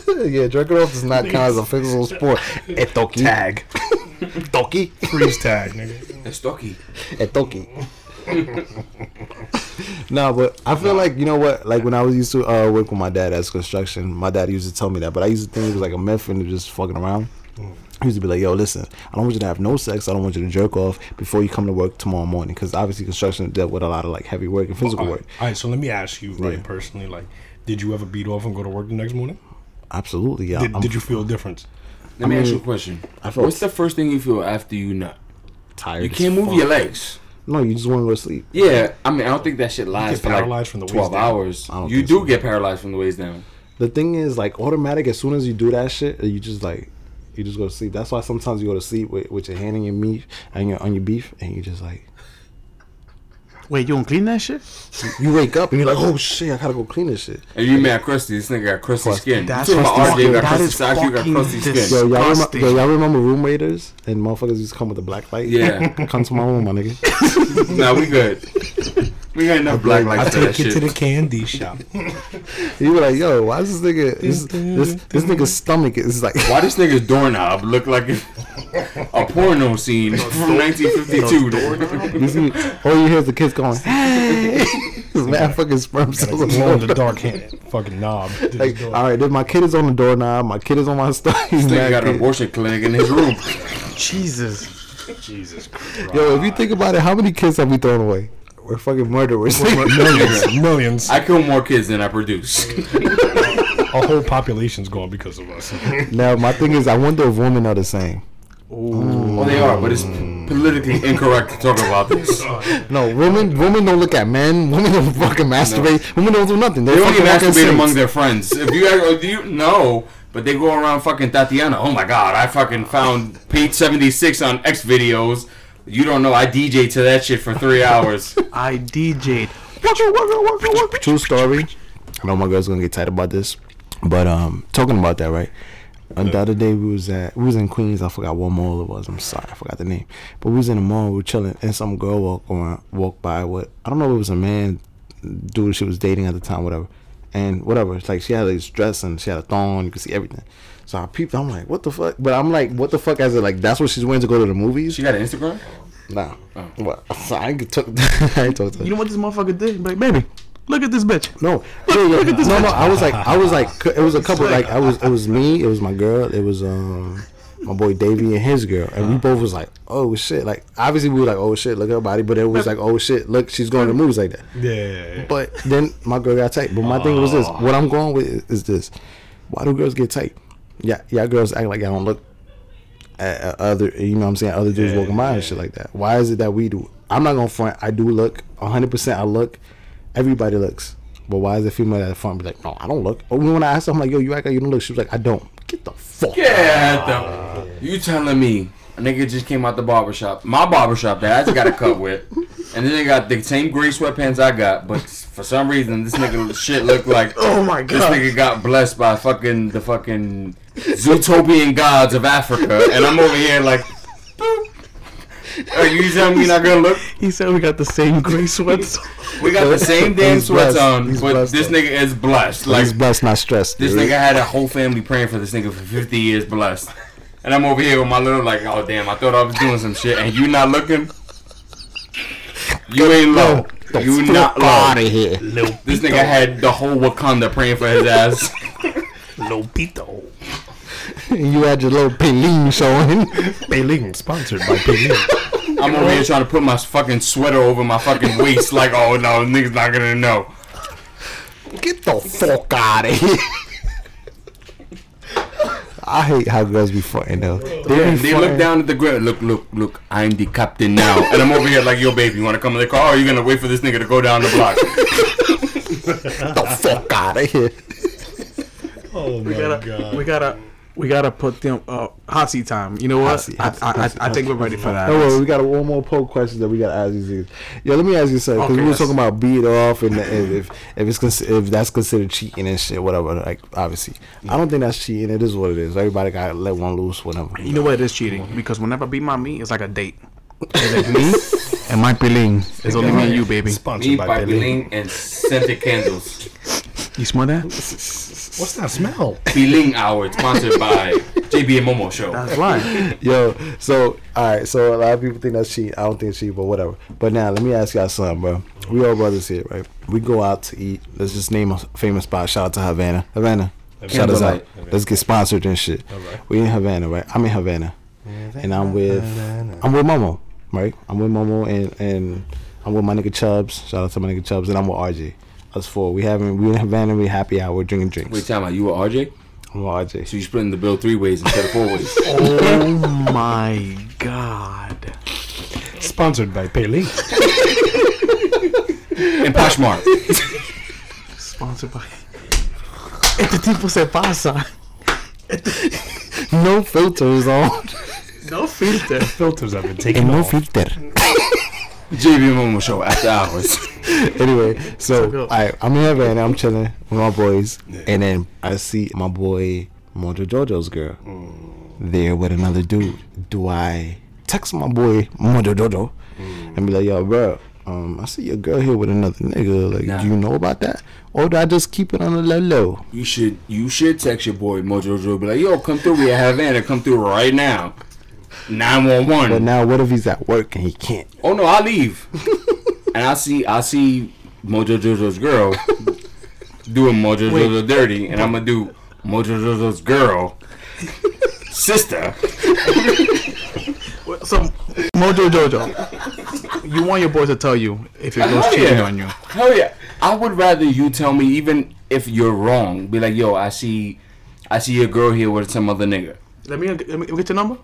Speaker 1: Yeah, jerking off does not count as a physical sport. Etoki.
Speaker 3: Tag,
Speaker 1: Etoki.
Speaker 3: freeze tag, nigga.
Speaker 4: That's Stucky.
Speaker 1: Etoki. no, but I feel like you know what? Like when I was used to uh, work with my dad as construction, my dad used to tell me that, but I used to think it was like a myth and it was just fucking around. He used to be like, "Yo, listen, I don't want you to have no sex. I don't want you to jerk off before you come to work tomorrow morning, because obviously construction dealt with a lot of like heavy work and physical
Speaker 3: All right,
Speaker 1: work.
Speaker 3: all right, so let me ask you, right,
Speaker 1: Yeah.
Speaker 3: personally, like, did you ever beat off and go to work the next morning?
Speaker 1: Absolutely, yeah.
Speaker 3: Did,
Speaker 1: I'm
Speaker 3: did you feel a difference?
Speaker 4: Let me ask you a question.
Speaker 1: felt-
Speaker 4: What's the first thing you feel after you nut?
Speaker 1: tired.
Speaker 4: You
Speaker 1: as
Speaker 4: can't move
Speaker 1: fuck.
Speaker 4: your legs.
Speaker 1: No, you just want to go to sleep.
Speaker 4: Yeah, I mean, I don't think that shit lasts
Speaker 3: get
Speaker 4: for like
Speaker 3: paralyzed from the waist
Speaker 4: twelve
Speaker 3: down.
Speaker 4: hours.
Speaker 1: don't
Speaker 4: You
Speaker 1: think
Speaker 4: do
Speaker 1: so.
Speaker 4: get paralyzed from the waist down.
Speaker 1: the thing is like automatic as soon as you do that shit you just like you just go to sleep that's why sometimes you go to sleep with, with your hand in your meat and your on your beef and you just like
Speaker 2: Wait, you don't clean that shit?
Speaker 1: you wake up and you're like oh shit i gotta go clean this shit
Speaker 4: And you mad crusty? This nigga got crusty skin.
Speaker 2: That's
Speaker 4: you talking about
Speaker 2: fucking-
Speaker 4: RJ got
Speaker 2: that
Speaker 4: crusty
Speaker 2: is
Speaker 4: socks? You got
Speaker 2: fucking
Speaker 4: crusty skin.
Speaker 1: yo y'all, remember,
Speaker 2: Disgusting.
Speaker 1: yo, y'all remember room raiders and motherfuckers used to come with the black light
Speaker 4: Yeah.
Speaker 1: come to my room my nigga
Speaker 4: nah, we good. We got enough black
Speaker 3: I
Speaker 4: lights for that
Speaker 3: take you to the
Speaker 4: shit.
Speaker 3: candy shop.
Speaker 1: you were like yo why is this nigga this this, this nigga's stomach is like
Speaker 4: Why this nigga's doorknob look like? it- a porno scene from 1952.
Speaker 1: You see, all you hear is the kids going, hey! This mad fucking sperm cells
Speaker 3: Like,
Speaker 1: are
Speaker 3: blowing the
Speaker 1: blowing.
Speaker 3: dark hand, fucking knob. to this
Speaker 1: Like,
Speaker 3: door.
Speaker 1: all right, then my kid is on the doorknob. My kid is on my stuff. He's
Speaker 4: They
Speaker 1: mad
Speaker 4: got an
Speaker 1: kid.
Speaker 4: abortion clinic in his room.
Speaker 2: Jesus.
Speaker 3: Jesus Christ.
Speaker 1: Yo, if you think about it, how many kids have we thrown away? We're fucking murderers.
Speaker 3: millions, millions.
Speaker 4: I kill more kids than I produce.
Speaker 3: Our whole population's gone because of us.
Speaker 1: now, my thing is, I wonder if women are the same.
Speaker 4: well, they are, but it's politically incorrect to talk about this.
Speaker 3: Oh.
Speaker 1: No, women women don't look at men. Women don't fucking masturbate. Women don't do nothing. They're
Speaker 4: They only
Speaker 1: fucking walking
Speaker 4: masturbate
Speaker 1: saints.
Speaker 4: among their friends. If you ever, do you no, but they go around fucking Tatiana. Oh my god, I fucking found Pete 76 on X videos. You don't know, I DJ to that shit for three hours.
Speaker 2: I DJ'd.
Speaker 1: True story. I know my girl's gonna get tight about this, but um, talking about that, right? On the other day we was at we was in Queens. I forgot what mall it was. I'm sorry, I forgot the name. But we was in the mall. We were chilling, and some girl walk around, walked by. What I don't know if it was a man, dude she was dating at the time, whatever. And whatever, it's like she had this dress and she had a thong. You could see everything. So I peeped. I'm like, what the fuck? But I'm like, what the fuck? As it like, that's what she's wearing to go to the movies?
Speaker 4: She got Oh. an Instagram?
Speaker 1: Nah. What? I ain't talk. I ain't talk to her.
Speaker 2: You know what this motherfucker did? Like, baby, look at this bitch.
Speaker 1: No, yeah, yeah. no, no. I was like, I was like, c- it was a couple. Like, I was, it was me, it was my girl, it was um my boy Davey and his girl, and we both was like, oh shit. Like, obviously we were like, oh shit, look at her body, but it was like, oh shit, look, she's going to movies like that.
Speaker 3: Yeah.
Speaker 1: But then my girl got tight. But my thing was this. What I'm going with is, is this. Why do girls get tight? Yeah, y'all girls act like y'all don't look at, at other. You know what I'm saying? Other dudes walking by and shit like that. Why is it that we do? I'm not gonna front. I do look 100. percent I look. Everybody looks. But why is the female at the front be like, no, I don't look? Or when I asked her, I'm like, yo, you act like you don't look. She was like, I don't. Get the fuck. out. Ah.
Speaker 4: Yeah, the, you telling me a nigga just came out the barbershop, my barbershop that I just got a cut with, and then they got the same gray sweatpants I got, but for some reason this nigga shit looked like
Speaker 1: Oh my
Speaker 4: this
Speaker 1: God.
Speaker 4: nigga got blessed by fucking the fucking Zootopian gods of Africa, and I'm over here like. boop. Are you telling me you're not gonna look?
Speaker 2: He said we got the same gray sweats.
Speaker 4: We got the same damn
Speaker 1: He's
Speaker 4: sweats
Speaker 1: blessed.
Speaker 4: on,
Speaker 1: He's
Speaker 4: but
Speaker 1: blessed,
Speaker 4: this
Speaker 1: though.
Speaker 4: nigga is blessed. Like
Speaker 1: He's blessed, not stressed.
Speaker 4: this
Speaker 1: dude.
Speaker 4: nigga had a whole family praying for this nigga for 50 years, blessed. And I'm over here with my little like, oh damn, I thought I was doing some shit, and you not looking. You ain't low.
Speaker 1: The
Speaker 4: You
Speaker 1: fuck
Speaker 4: not
Speaker 1: out
Speaker 4: low.
Speaker 1: of here.
Speaker 4: This nigga had the whole Wakanda praying for his ass.
Speaker 2: Lopito.
Speaker 1: You had your little pelin showing.
Speaker 3: Baleen, sponsored by Baleen.
Speaker 4: I'm over here trying to put my fucking sweater over my fucking waist, like, oh no, nigga's not gonna know.
Speaker 1: Get the fuck out of here. I hate how girls be fronting though. They,
Speaker 4: And
Speaker 1: be
Speaker 4: they look
Speaker 1: fronting.
Speaker 4: down at the ground. Look, look, look. I'm the captain now, and I'm over here like, yo, baby, you wanna come in the car? Or are you gonna wait for this nigga to go down the block?
Speaker 1: Get the fuck out of here.
Speaker 3: Oh my
Speaker 2: We gotta, we gotta, we gotta put them uh, hot seat time. You know what?
Speaker 1: seat,
Speaker 2: I,
Speaker 1: hot seat,
Speaker 2: I,
Speaker 1: hot
Speaker 2: I,
Speaker 1: seat,
Speaker 2: I think we're ready for that.
Speaker 1: Don't worry, Oh, we got one more poll question that we gotta ask these niggas. Yo, let me ask you something because
Speaker 2: Okay,
Speaker 1: we were
Speaker 2: yes.
Speaker 1: talking about beat off and and if if it's cons- if that's considered cheating and shit, whatever. Like obviously, I don't think that's cheating. It is what it is. Everybody got to let one loose, whatever.
Speaker 2: You know what? It is cheating because whenever I beat my meat, it's like a date. It's like me and my peeling. It's only me and you, baby.
Speaker 3: Sponsored by, Baleen.
Speaker 4: and scented candles.
Speaker 2: You smell that?
Speaker 3: What's that smell?
Speaker 4: Biling Hour, sponsored by JB and Momo Show.
Speaker 2: That's right.
Speaker 1: Yo, so all right, so a lot of people think that's cheating. I don't think it's cheating, but whatever. But now let me ask y'all something, bro. We all brothers here, right? We go out to eat. Let's just name a famous spot. Shout out to Havana, Havana. Shout us out. Let's get sponsored and shit. We in Havana, right? I'm in Havana, and I'm with I'm with Momo, right? I'm with Momo and and I'm with my nigga Chubbs. Shout out to my nigga Chubbs, and I'm with RJ. Us four. We having we in Havana. We happy hour. We're drinking
Speaker 4: Wait,
Speaker 1: drinks.
Speaker 4: time out. You were RJ?
Speaker 1: I'm with RJ.
Speaker 4: So you splitting the bill three ways instead of four ways.
Speaker 2: Oh my god.
Speaker 3: Sponsored by Baleen.
Speaker 4: And Poshmark.
Speaker 2: Sponsored by. Este tipo se pasa.
Speaker 1: No filters on.
Speaker 2: No filter.
Speaker 3: Filters have been taken
Speaker 1: And no
Speaker 3: off.
Speaker 1: filter.
Speaker 4: JB and Momo Show after hours.
Speaker 1: anyway, so
Speaker 2: good.
Speaker 1: I, I'm in Havana, I'm chilling with my boys, and then I see my boy Mojo Jojo's girl
Speaker 3: Mm.
Speaker 1: there with another dude. Do I text my boy Mojo Jojo
Speaker 3: Mm.
Speaker 1: and be like, yo, bro, um, I see your girl here with another nigga. Like,
Speaker 4: Nah.
Speaker 1: do you know about that? Or do I just keep it on the low low?
Speaker 4: You should you should text your boy Mojo Joe be like, yo, come through. We at Havana. Come through right now. nine one
Speaker 1: But
Speaker 4: one.
Speaker 1: now, what if he's at work and he can't?
Speaker 4: Oh no, I leave, and I see I see Mojo Jojo's girl doing Mojo
Speaker 2: Wait.
Speaker 4: Jojo dirty, and I'm gonna do Mojo Jojo's girl sister.
Speaker 2: What- So, Mojo Jojo, you want your boy to tell you if your girl's
Speaker 4: Hell
Speaker 2: cheating
Speaker 4: yeah.
Speaker 2: on you.
Speaker 4: Hell yeah! I would rather you tell me, even if you're wrong, be like, "Yo, I see, I see your girl here with some other nigga."
Speaker 2: Let me, let me get your number.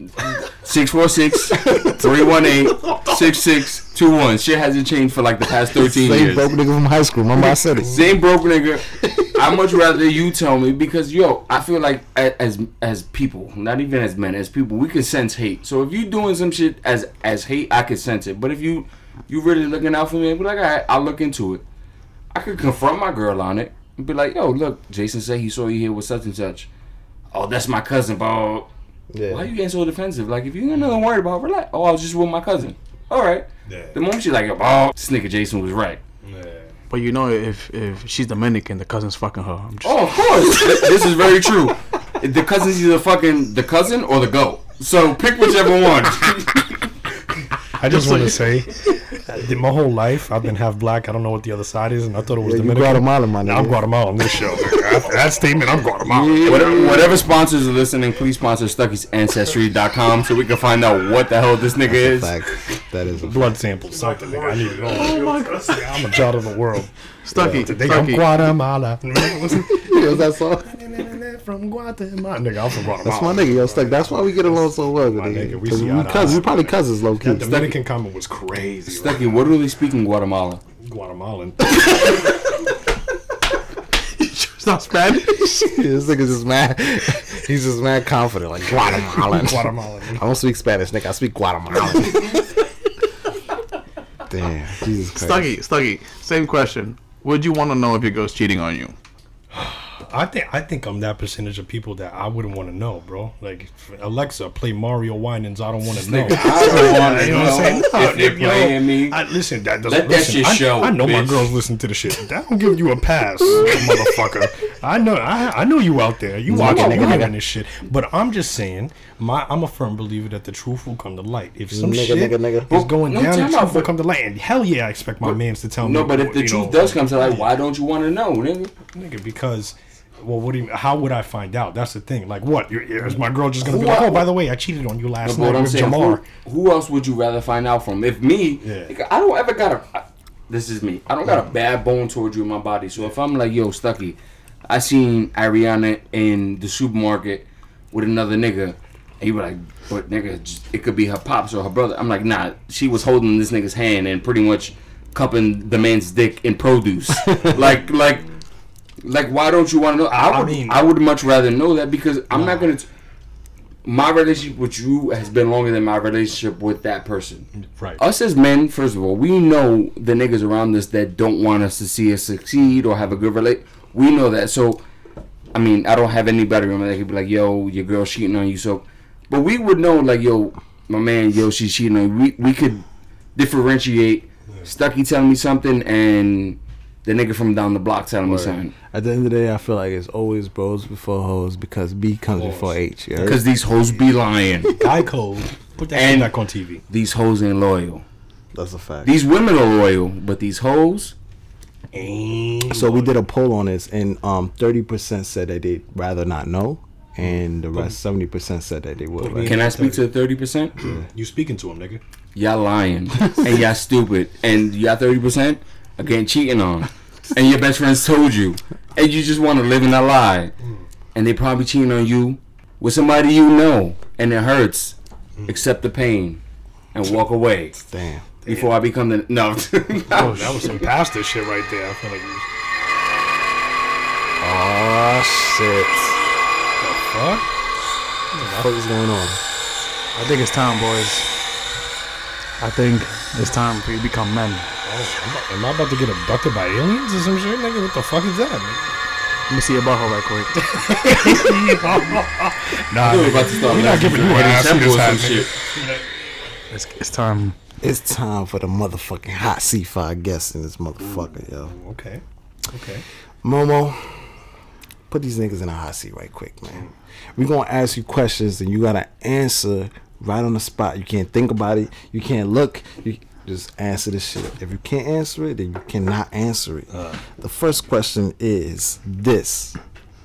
Speaker 4: 646-318-6621. Shit hasn't changed for like the past 13
Speaker 1: Same
Speaker 4: years.
Speaker 1: broke nigga from high school. Remember I said it.
Speaker 4: Same broke nigga. I much rather you tell me because yo, I feel like a- as as people, not even as men, as people, we can sense hate. So if you doing some shit as as hate, I can sense it. But if you you really looking out for me, be like, all right, I'll look into it. I could confront my girl on it and be like, yo, look, Jason said he saw you here with such and such. Oh, that's my cousin, bro. Why you getting so defensive? Like, if you ain't nothing worried about, relax. Oh, I was just with my cousin. All right.
Speaker 3: Yeah.
Speaker 4: The moment she like, oh, this nigga Jason was right.
Speaker 2: But you know, if if she's Dominican, the cousin's fucking her. I'm just,
Speaker 4: Oh, of course. Th- this is very true. The cousin's either fucking the cousin or the goat. So pick whichever one.
Speaker 3: I just want to say, that my whole life I've been half black. I don't know what the other side is, and I thought it was
Speaker 1: Yeah, you
Speaker 3: Dominican.
Speaker 1: Guatemala, my
Speaker 3: Nah, I'm
Speaker 1: nigga.
Speaker 3: Guatemalan. This show, After that statement, I'm Guatemalan.
Speaker 4: whatever, whatever sponsors are listening, please sponsor Stucky's Ancestry.com so we can find out what the hell this nigga is.
Speaker 1: Fact. That is a
Speaker 3: Blood sample, something. nigga. I need it all.
Speaker 5: my god.
Speaker 3: I'm a child of the world.
Speaker 2: Stucky,
Speaker 3: Today I'm
Speaker 2: Stucky.
Speaker 3: Guatemala. Listen,
Speaker 1: Yo, that's all.
Speaker 3: from Guatemala, nigga. I'm from Guatemala.
Speaker 1: That's my nigga, yo, stuck. That's why we get along so well, nigga.
Speaker 3: Oh, nigga, we
Speaker 1: 'Cause
Speaker 3: see
Speaker 1: We,
Speaker 3: eye to
Speaker 1: cousins.
Speaker 3: eye.
Speaker 1: We probably cousins, low key.
Speaker 3: That Dominican comment was crazy.
Speaker 4: Stucky, what do they speak in Guatemala?
Speaker 3: right? Guatemalan.
Speaker 2: It's not Spanish.
Speaker 1: this nigga's just mad. He's just mad confident, like Guatemalan.
Speaker 3: Guatemalan.
Speaker 1: I don't speak Spanish, nigga. I speak Guatemalan. Damn, Jesus Christ.
Speaker 2: Stucky, Stucky. Same question. Would you want to know if your girl's cheating on you?
Speaker 3: I think I think I'm that percentage of people that I wouldn't want to know, bro. Like Alexa, play Mario Winans. I don't want to know.
Speaker 4: I don't want
Speaker 3: You know what I'm saying?
Speaker 4: if they're
Speaker 3: yo,
Speaker 4: playing me.
Speaker 3: I, listen, that doesn't
Speaker 4: Let that
Speaker 3: listen,
Speaker 4: shit
Speaker 3: I,
Speaker 4: show,
Speaker 3: I know my
Speaker 4: bitch.
Speaker 3: girls listen to the shit. That don't give you a pass, motherfucker. I know, I, I know you out there. You watching, you hearing this shit. But I'm just saying, my I'm a firm believer that the truth will come to light. If some
Speaker 1: Nigga,
Speaker 3: shit
Speaker 1: nigga, nigga.
Speaker 3: is going
Speaker 4: No,
Speaker 3: down, the
Speaker 4: time
Speaker 3: truth
Speaker 4: out,
Speaker 3: will
Speaker 4: but-
Speaker 3: come to light. And hell yeah, I expect my mans to tell me.
Speaker 4: No, but if the
Speaker 3: you
Speaker 4: truth
Speaker 3: know,
Speaker 4: does come to light, why don't you want to know, nigga?
Speaker 3: nigga, because. Well, what do you? How would I find out? That's the thing. Like, what? You- Is my girl just gonna be
Speaker 4: Who
Speaker 3: like,
Speaker 4: I-
Speaker 3: "Oh, by the way, I cheated on you last
Speaker 4: But what
Speaker 3: night
Speaker 4: I'm
Speaker 3: with
Speaker 4: saying,
Speaker 3: Jamar"?
Speaker 4: who, who else would you rather find out from? If me,
Speaker 3: Yeah.
Speaker 4: nigga, I don't ever got a. I- This is me. I don't got a bad bone towards you in my body. So if I'm like, yo, Stucky, I seen Ariana in the supermarket with another nigga, and you were like, but nigga, j- it could be her pops or her brother. I'm like, nah, she was holding this nigga's hand and pretty much cupping the man's dick in produce. like, like, like, why don't you want to know? I would, I,
Speaker 3: mean-
Speaker 4: would much rather know that because I'm not gonna. T- my relationship with you has been longer than my relationship with that person.
Speaker 3: Right.
Speaker 4: Us as men, first of all, we know the niggas around us that don't want us to see us succeed or have a good relate. We know that. So, I mean, I don't have anybody remember that could be like, "Yo, your girl's cheating on you." So, but we would know, like, "Yo, my man, yo, she's cheating on you." We we could differentiate. Stucky telling me something and the nigga from down the block telling me something.
Speaker 1: At the end of the day, I feel like it's always bros before hoes because B comes before H. Yeah?
Speaker 4: Because these hoes be lying.
Speaker 3: Guy code. Put that shit
Speaker 4: And-
Speaker 3: back on TV.
Speaker 4: these hoes ain't loyal.
Speaker 1: that's a fact.
Speaker 4: These women are loyal, but these hoes.
Speaker 1: So we did a poll on this, and um, thirty percent said that they'd rather not know, and the rest seventy percent said that they would. Right?
Speaker 4: Can I speak to the thirty percent?
Speaker 3: You speaking to him, nigga?
Speaker 4: Y'all lying and y'all stupid and y'all thirty percent are getting cheating on, and your best friends told you, and you just want to live in that lie, and they probably cheating on you with somebody you know, and it hurts. Accept the pain and walk away
Speaker 1: Damn.
Speaker 4: before I become the no.
Speaker 3: Oh, that was some pastor shit right there. I feel like you-
Speaker 1: Oh shit!
Speaker 3: fuck.
Speaker 1: What the fuck is going on?
Speaker 2: I think it's time, boys. I think it's time for you to become men.
Speaker 3: Oh, I'm about- am I about to get abducted by aliens or some shit, nigga? What the fuck is that? nigga?
Speaker 2: Let me see your butthole right quick.
Speaker 3: Nah,
Speaker 4: We're
Speaker 3: nigga.
Speaker 4: about to start.
Speaker 3: We're not
Speaker 4: laughing
Speaker 3: giving you
Speaker 4: at
Speaker 3: an ass
Speaker 4: Temple
Speaker 3: this
Speaker 4: or
Speaker 3: time,
Speaker 4: some
Speaker 3: nigga.
Speaker 4: shit.
Speaker 2: It's, it's time.
Speaker 1: It's time for the motherfucking hot C5 guest in this motherfucker, yo.
Speaker 3: Okay. Okay.
Speaker 1: Momo, put these niggas in a hot seat right quick, man. we gonna ask you questions and you gotta answer right on the spot. You can't think about it. You can't look. You just answer this shit. If you can't answer it, then you cannot answer it. the first question is this.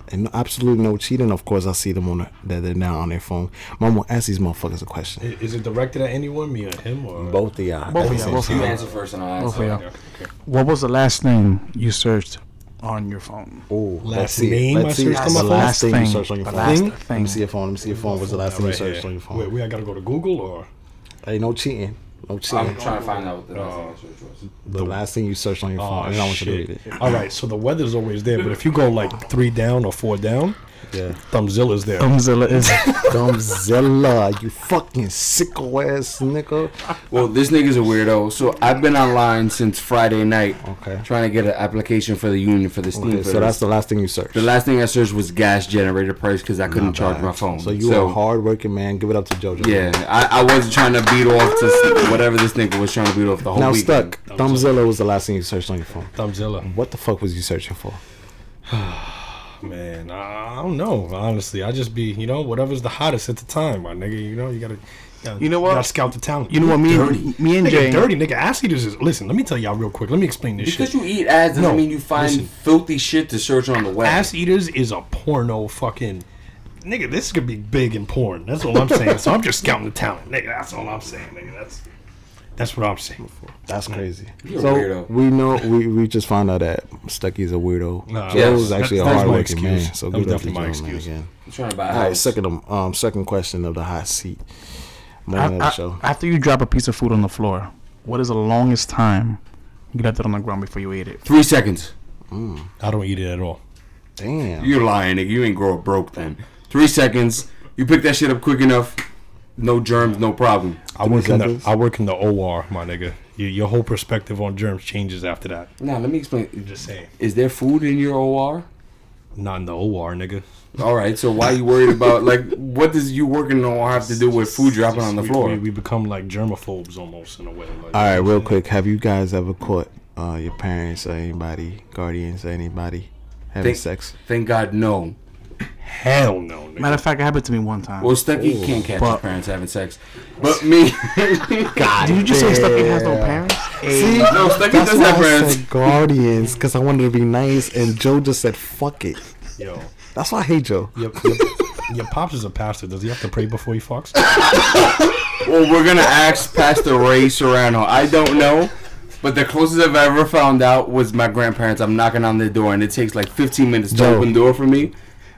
Speaker 1: And absolutely no cheating. Of course, I see them on the, that they're now on their phone. Mom will ask these motherfuckers a question.
Speaker 3: Is it directed at anyone, me or him, or
Speaker 1: Both of y'all.
Speaker 2: Both
Speaker 1: at the
Speaker 2: of y'all,
Speaker 1: same
Speaker 2: both of
Speaker 1: time.
Speaker 4: You answer first and I'll answer.
Speaker 2: Okay, yeah.
Speaker 3: Okay, okay.
Speaker 2: What was the last thing you searched on your phone?
Speaker 1: Ooh, let's
Speaker 3: Last
Speaker 1: see.
Speaker 3: name
Speaker 1: let's
Speaker 3: I
Speaker 1: see.
Speaker 3: searched
Speaker 1: What's
Speaker 2: on my
Speaker 1: the
Speaker 2: phone?
Speaker 1: last thing you
Speaker 2: Last
Speaker 1: searched on your
Speaker 2: thing.
Speaker 1: phone.
Speaker 2: Last
Speaker 1: Let me
Speaker 2: thing.
Speaker 1: see your phone. Let me see your phone. What's the last thing you
Speaker 3: Right
Speaker 1: searched
Speaker 3: here.
Speaker 1: on your phone?
Speaker 3: Wait, Uh, we I gotta go to Google or
Speaker 1: Hey, no cheating. No cheating.
Speaker 4: I'm trying to find out what the last answer was.
Speaker 1: the last thing you searched on your phone.
Speaker 3: Oh,
Speaker 1: and I want you to
Speaker 3: shit.
Speaker 1: read it.
Speaker 3: All right, so the weather's always there, but if you go like three down or four down,
Speaker 1: Yeah.
Speaker 3: Thumbzilla's there.
Speaker 1: Um,
Speaker 2: Thumbzilla is
Speaker 1: Dumbzilla, you fucking sicko ass nigga.
Speaker 4: Well, this nigga's a weirdo. So I've been online since Friday night
Speaker 1: Okay.
Speaker 4: trying to get an application for the union for the steam.
Speaker 1: Okay,
Speaker 4: for
Speaker 1: so
Speaker 4: this.
Speaker 1: that's the last thing you searched.
Speaker 4: The last thing I searched was gas generator price because I couldn't charge my phone.
Speaker 1: So you are a hard working man. Give it up to JoJo.
Speaker 4: Yeah, I, I wasn't trying to beat off to s- whatever this nigga was trying to beat off the whole
Speaker 1: Now
Speaker 4: weekend.
Speaker 1: stuck. Thumbzilla was the last thing you searched on your phone.
Speaker 3: Thumbzilla.
Speaker 1: What the fuck was you searching for?
Speaker 3: Man, I I don't know. Honestly, I just be you know whatever's the hottest at the time, my nigga. You know you gotta. You, gotta,
Speaker 2: You know what?
Speaker 3: gotta scout the talent.
Speaker 2: You know what? Me, and me and
Speaker 3: Nigga,
Speaker 2: Jay.
Speaker 3: dirty nigga. Ass eaters is. Listen, let me tell y'all real quick. Let me explain this
Speaker 4: Because
Speaker 3: shit.
Speaker 4: you eat ass doesn't
Speaker 3: No,
Speaker 4: mean you find
Speaker 3: listen.
Speaker 4: filthy shit to search on the web.
Speaker 3: Ass eaters is a porno fucking. Nigga, this could be big in porn. That's all I'm saying. so I'm just scouting the talent, nigga. That's all I'm saying, nigga. That's that's what I'm saying.
Speaker 1: That's crazy.
Speaker 4: You're a
Speaker 1: so
Speaker 4: weirdo.
Speaker 1: we know we, we just found out that Stucky's a weirdo.
Speaker 3: Nah,
Speaker 1: Joe
Speaker 4: yes.
Speaker 1: is actually
Speaker 3: That-
Speaker 1: a
Speaker 3: that was my
Speaker 1: hard working man.
Speaker 3: excuse.
Speaker 1: So
Speaker 3: That was
Speaker 1: good up to
Speaker 3: definitely my
Speaker 1: Joe, man,
Speaker 3: excuse.
Speaker 1: again.
Speaker 4: I'm trying to buy a
Speaker 1: All right,
Speaker 4: house.
Speaker 1: second um, um second question of the hot seat. Man
Speaker 2: I-
Speaker 1: of the
Speaker 2: I-
Speaker 1: show.
Speaker 2: after you drop a piece of food on the floor, what is the longest time you left it on the ground before you ate it?
Speaker 4: Three seconds.
Speaker 3: I don't eat it at all.
Speaker 1: Damn.
Speaker 4: You're lying, nigga. You ain't grow broke then. Three seconds. You pick that shit up quick enough. No germs, no problem.
Speaker 3: I work in the
Speaker 1: seconds?
Speaker 3: I work in the OR, my nigga. Your, your whole perspective on germs changes after that.
Speaker 4: Now let me explain.
Speaker 3: Just saying,
Speaker 4: Is there food in your OR?
Speaker 3: not in the OR, nigga.
Speaker 4: All right. So why you worried about like what does you working in the OR have to do with food dropping on the
Speaker 3: We-
Speaker 4: floor?
Speaker 3: we, we become like germaphobes almost in a way. Like,
Speaker 1: All right, real quick. Have you guys ever caught uh, your parents or anybody, guardians or anybody having
Speaker 4: Think-
Speaker 1: sex?
Speaker 4: Thank God, no.
Speaker 3: Hell no, nigga.
Speaker 2: Matter of fact, it happened to me one time.
Speaker 4: Well, Stucky can't catch his
Speaker 2: But-
Speaker 4: parents having sex, but me. God.
Speaker 2: Did you just say Stucky has no parents?
Speaker 1: See,
Speaker 4: No, Stucky
Speaker 1: that's
Speaker 4: does
Speaker 1: why
Speaker 4: have
Speaker 1: I
Speaker 4: parents.
Speaker 1: said guardians because I wanted to be nice, and Joe just said "fuck it."
Speaker 3: Yo,
Speaker 1: That's why I hate Joe.
Speaker 3: your, your, your pops is a pastor. Does he have to pray before he fucks?
Speaker 4: Well, we're gonna ask Pastor Ray Serrano. I don't know, but the closest I've ever found out was my grandparents. I'm knocking on their door, and it takes like 15 minutes to
Speaker 1: Joe.
Speaker 4: open the door for me.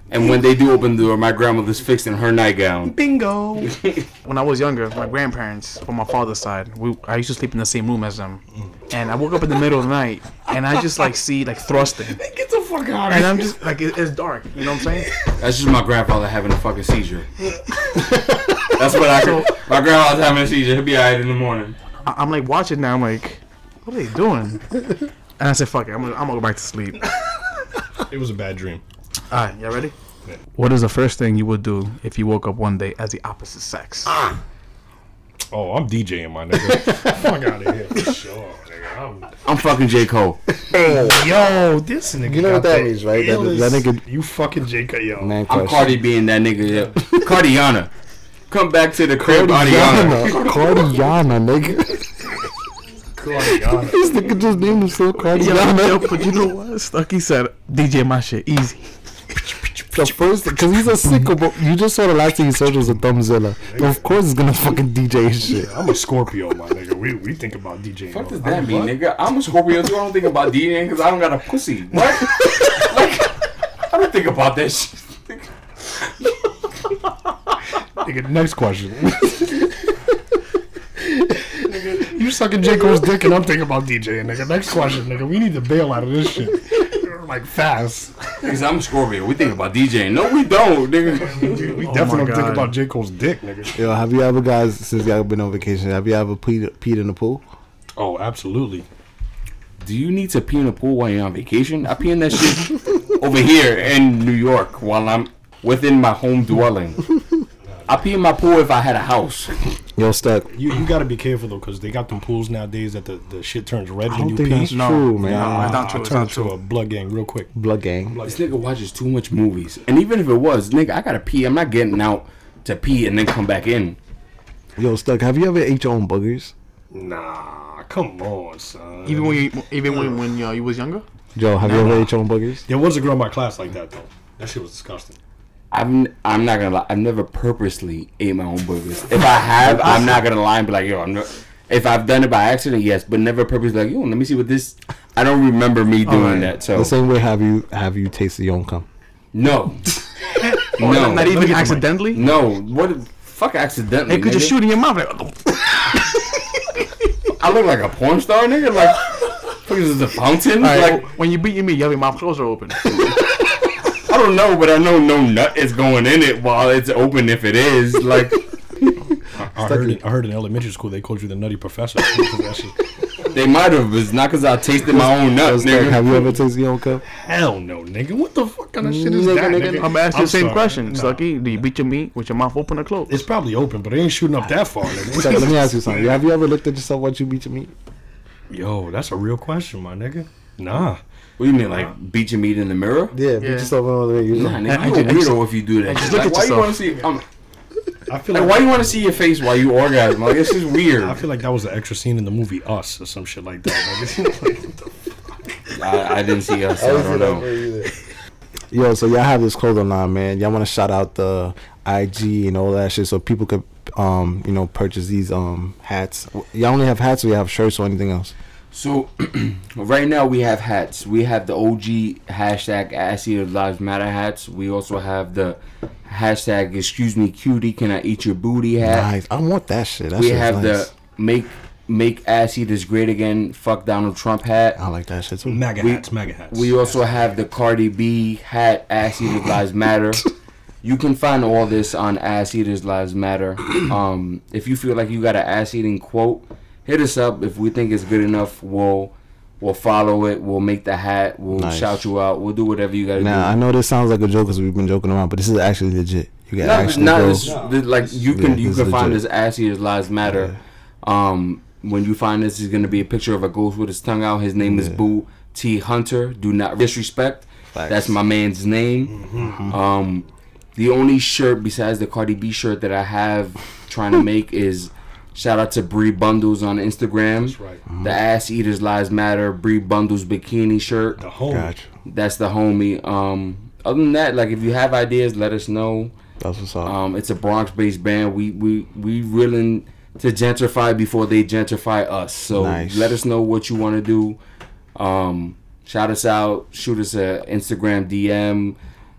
Speaker 4: And when they do open the door, my grandmother's fixing her nightgown.
Speaker 2: Bingo. when I was younger, my grandparents, on my father's side, we, I used to sleep in the same room as them.
Speaker 1: Mm.
Speaker 2: And I woke up in the middle of the night, and I just like see like thrusting,
Speaker 3: Get the fuck out
Speaker 2: and I'm just like it, it's dark. You know what I'm saying?
Speaker 4: That's just my grandfather having a fucking seizure. That's what I. Could, my grandfather's having a seizure. He'll be alright in the morning.
Speaker 2: I, I'm like watching now. I'm like, what are they doing? And I said, fuck it. I'm gonna, I'm gonna go back to sleep.
Speaker 3: It was a bad dream.
Speaker 2: All right, y'all ready? What is the first thing you would do if you woke up one day as the opposite sex?
Speaker 3: Oh, I'm DJing, my nigga. fuck out of here for sure, nigga. I'm,
Speaker 4: I'm fucking J Cole.
Speaker 3: yo, this nigga.
Speaker 1: You know
Speaker 3: got
Speaker 1: what that
Speaker 3: the
Speaker 1: means, right? That-
Speaker 3: illest-
Speaker 1: that nigga-
Speaker 3: You fucking Jacob, yo.
Speaker 1: Man,
Speaker 4: I'm
Speaker 1: crush.
Speaker 4: Cardi being that nigga. Yeah. Cardiana, come back to the crib, Cardiana.
Speaker 1: Cardiana, Cardiana, nigga.
Speaker 3: Cardiana.
Speaker 1: this nigga just named himself
Speaker 2: Yo, yo,
Speaker 1: Cardiana.
Speaker 2: but you know what? Stucky said, DJ my shit easy.
Speaker 1: the first, because he's a sicko. But you just saw the last thing you searched was a thumbzilla. So of course, he's gonna fucking DJ his shit.
Speaker 3: I'm a Scorpio, my nigga. We, we think about DJing.
Speaker 4: What does
Speaker 3: I'm-
Speaker 4: that mean,
Speaker 3: what?
Speaker 4: nigga? I'm a Scorpio too. I don't think about DJing because I don't got a pussy. What? like, I don't think about that shit.
Speaker 3: Nigga, next question. Nigga, you sucking J. Cole's dick and I'm thinking about DJing, nigga. Next question, nigga. We need to bail out of this shit. Like, fast.
Speaker 4: Because I'm Scorpio. We think about DJing. No, we don't, nigga.
Speaker 3: We, we
Speaker 2: Oh
Speaker 3: definitely
Speaker 2: my
Speaker 3: don't think
Speaker 2: God.
Speaker 3: about J. Cole's dick, nigga.
Speaker 1: Yo, have you ever guys since y'all been on vacation? Have you ever peed, peed in the pool?
Speaker 3: Oh, absolutely.
Speaker 4: Do you need to pee in a pool while you're on vacation? I pee in that shit over here in New York while I'm within my home dwelling. I pee in my pool if I had a house.
Speaker 1: Yo, stuck.
Speaker 3: You you gotta be careful, though, because they got them pools nowadays that the, the shit turns red
Speaker 1: I
Speaker 3: when
Speaker 1: don't
Speaker 3: you
Speaker 1: think
Speaker 3: pee.
Speaker 1: that's true, man.
Speaker 2: Nah, not true,
Speaker 3: I
Speaker 2: it's
Speaker 3: turn
Speaker 2: not
Speaker 3: to a blood gang real quick.
Speaker 1: Blood gang.
Speaker 4: This nigga watches too much movies. And even if it was, nigga, I gotta pee. I'm not getting out to pee and then come back in.
Speaker 1: Yo, Stuck, have you ever ate your own boogers?
Speaker 3: Nah, come on, son.
Speaker 2: Even when you, even when when uh, you was younger.
Speaker 1: Joe, have you ever ate your own boogers?
Speaker 3: there was a girl in my class like that though. That shit was disgusting.
Speaker 4: I'm I'm not gonna lie. I've never purposely ate my own burgers. If I have, I'm not gonna lie and be like, yo, I'm not. If I've done it by accident, yes, but never purposely like, yo, let me see what this. I don't remember me doing
Speaker 2: right.
Speaker 4: that. So
Speaker 1: The same way have you have you tasted your own cum?
Speaker 4: no,
Speaker 2: Or
Speaker 4: no,
Speaker 2: not
Speaker 3: Look at
Speaker 2: even
Speaker 3: the mic.
Speaker 2: accidentally.
Speaker 4: no. What? Fuck accidentally.
Speaker 2: They could just
Speaker 4: nigga.
Speaker 2: shoot in your mouth. Like,
Speaker 4: I look like a porn star, nigga. Like, fuck, is this a fountain?
Speaker 2: like
Speaker 4: Like,
Speaker 2: when you beat your meat, you have your mouth closed or open.
Speaker 4: I don't know, but I know no nut is going in it while it's open. If it is, like,
Speaker 3: I, I heard it, I heard in elementary school they called you the nutty professor. That shit-
Speaker 4: they might have, but it's not because I tasted my own nut,
Speaker 1: Stuck,
Speaker 4: nigga.
Speaker 1: have you ever tasted your own cum?
Speaker 3: Hell no, nigga. What the fuck kind of shit is that? Nigga?
Speaker 2: I'm asking the same
Speaker 3: sorry.
Speaker 2: question,
Speaker 3: Nah.
Speaker 2: Stucky. Do you beat your meat with your mouth open or closed?
Speaker 3: It's probably open, but it ain't shooting up that far. nigga.
Speaker 1: Stuck, let me ask you something. Have you ever looked at yourself once you beat your meat?
Speaker 3: Yo, that's a real question, my nigga. Nah.
Speaker 4: What do you mean, like, beat your meat in the mirror?
Speaker 1: Yeah, beat
Speaker 2: Yeah.
Speaker 1: yourself on the
Speaker 4: Nah,
Speaker 1: usually.
Speaker 4: nigga,
Speaker 2: I
Speaker 4: you a
Speaker 2: ju- I just-
Speaker 4: weirdo if you do that.
Speaker 2: just
Speaker 4: Like,
Speaker 2: look at
Speaker 4: why you
Speaker 2: yourself.
Speaker 4: want to see? Um,
Speaker 3: I feel
Speaker 4: like,
Speaker 3: like
Speaker 4: why you want to see your face while you orgasm? Like, this is weird.
Speaker 3: I feel like that was an extra scene in the movie Us or some shit like that. nigga.
Speaker 4: I, I didn't see us. so I don't know.
Speaker 1: Yo, so y'all have this clothing line, man. Y'all want to shout out the IG and all that shit so people could, um, you know, purchase these um hats. Y'all only have hats, or you have shirts or anything else?
Speaker 4: So, right now we have hats. We have the OG hashtag Ass Eaters Lives Matter hats. We also have the hashtag Excuse Me Cutie Can I Eat Your Booty hat.
Speaker 1: Nice. I want that shit. That
Speaker 4: we
Speaker 1: shit's
Speaker 4: have
Speaker 1: nice.
Speaker 4: the Make Make Ass Eaters Great Again Fuck Donald Trump hat.
Speaker 1: I like that shit too.
Speaker 3: MAGA
Speaker 4: We-
Speaker 3: hats, MAGA hats.
Speaker 4: We also have the Cardi B hat Ass Eaters Lives Matter. You can find all this on Ass Eaters Lives Matter. Um, if you feel like you got an ass eating quote, hit us up. If we think it's good enough, we'll we'll follow it. We'll make the hat. We'll
Speaker 1: Nice.
Speaker 4: shout you out. We'll do whatever you gotta
Speaker 1: Now I
Speaker 4: do.
Speaker 1: know this sounds like a joke because we've been joking around, but this is actually legit. You can
Speaker 4: Not,
Speaker 1: actually
Speaker 4: not
Speaker 1: go.
Speaker 4: this, this- like you
Speaker 1: Yeah,
Speaker 4: can you
Speaker 1: this
Speaker 4: can
Speaker 1: is
Speaker 4: find
Speaker 1: legit.
Speaker 4: this Ass Eaters Lives Matter. Um, when you find this, is gonna be a picture of a ghost with his tongue out. His name is Boo T Hunter. Do not disrespect.
Speaker 1: Facts.
Speaker 4: That's my man's name. Um, the only shirt besides the Cardi B shirt that I have trying to make is shout out to Bree Bundles on Instagram. That's
Speaker 3: right.
Speaker 1: Mm-hmm.
Speaker 4: The Ass Eaters Lives Matter Bree Bundles bikini shirt.
Speaker 3: the home.
Speaker 1: Gotcha.
Speaker 4: That's the homie. Um, other than that, like if you have ideas, let us know.
Speaker 1: That's what's up.
Speaker 4: Um, it's a Bronx-based band. We we we willing to gentrify before they gentrify us. So
Speaker 1: Nice.
Speaker 4: let us know what you want to do. Um, shout us out. Shoot us a Instagram DM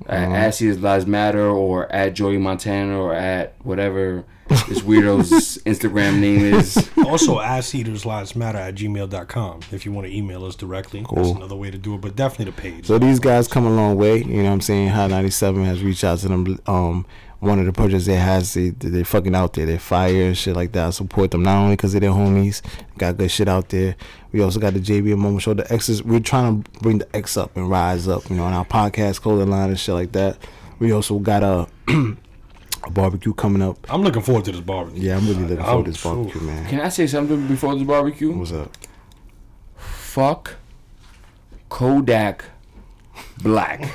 Speaker 4: at Ass Eaters Lives Matter or at Joey Montana or at whatever this weirdo's Instagram name is.
Speaker 3: also, ass eaters lives matter at gmail.com if you want to email us directly. That's another way to do it, but definitely the page.
Speaker 1: so these guys come a long way. You know what I'm saying? High 97 has reached out to them. Um, one of the projects they has, they they fucking out there. They fire and shit like that. I support them not only because they're their homies, got good shit out there. We also got the JB and Momo Show. The X is we're trying to bring the X up and rise up. You know, on our podcast, clothing line and shit like that. We also got a, a barbecue coming up.
Speaker 3: I'm looking forward to this barbecue.
Speaker 1: Yeah, I'm really looking forward to
Speaker 3: I'm
Speaker 1: this barbecue, man.
Speaker 4: Can I say something before this barbecue?
Speaker 1: What's up?
Speaker 4: fuck Kodak Black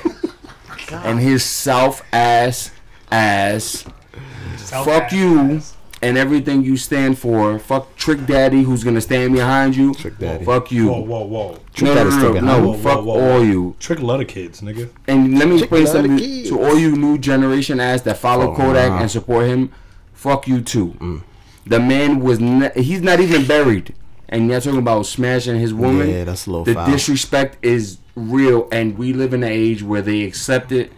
Speaker 4: and his South ass ass. fuck you and everything you stand for. Fuck Trick Daddy, who's gonna stand behind you. Trick
Speaker 1: Daddy.
Speaker 4: Fuck you.
Speaker 3: Whoa, whoa, whoa.
Speaker 1: Trick
Speaker 4: no, no,
Speaker 1: Daddy's
Speaker 4: no,
Speaker 1: still
Speaker 4: no,
Speaker 1: behind
Speaker 4: no,
Speaker 3: Whoa,
Speaker 4: fuck
Speaker 3: whoa, whoa.
Speaker 4: all you.
Speaker 3: Trick letter kids, nigga.
Speaker 4: And let me explain
Speaker 1: Daddy
Speaker 4: something
Speaker 1: kids.
Speaker 4: to all you new generation ass that follow
Speaker 1: Oh,
Speaker 4: Kodak
Speaker 1: nah. Mm.
Speaker 4: and support him. Fuck you too. The man was not, he's not even buried, and you're talking about smashing his woman.
Speaker 1: Yeah, that's a little
Speaker 4: the
Speaker 1: foul.
Speaker 4: disrespect is real, and we live in an age where they accept it,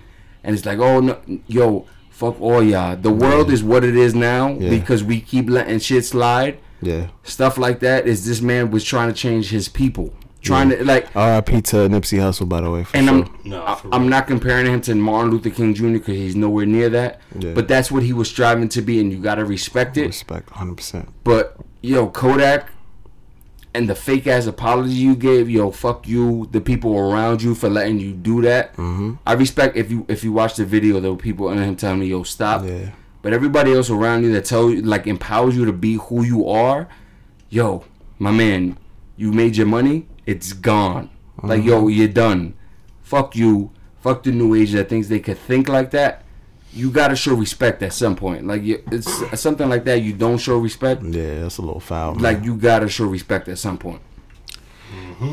Speaker 4: and it's like, oh no, yo, fuck all y'all. The world is what it is now
Speaker 1: Yeah.
Speaker 4: because we keep letting shit slide.
Speaker 1: yeah.
Speaker 4: Stuff like that is this man was trying to change his people, trying to like.
Speaker 1: R.I.P. to Nipsey Hussle, by the way. For
Speaker 4: And
Speaker 1: sure.
Speaker 4: I'm
Speaker 3: No,
Speaker 4: I,
Speaker 3: for
Speaker 4: I'm not comparing him to Martin Luther King Jr. because he's nowhere near that.
Speaker 1: Yeah.
Speaker 4: But that's what he was striving to be, and you gotta respect it.
Speaker 1: respect 100. percent
Speaker 4: But yo, Kodak and the fake ass apology you gave, yo, fuck you, the people around you for letting you do that. Mm-hmm. I respect if you if you watch the video, there were people under him telling me, yo, stop.
Speaker 1: Yeah.
Speaker 4: But everybody else around you that tell you like empowers you to be who you are, yo, my man, you made your money, it's gone. Like yo, you're done. Fuck you. Fuck the new age that thinks they could think like that. you gotta show respect at some point. Like you, it's something like that. You don't show respect.
Speaker 1: Yeah, that's a little foul. Man.
Speaker 4: Like you gotta show respect at some point.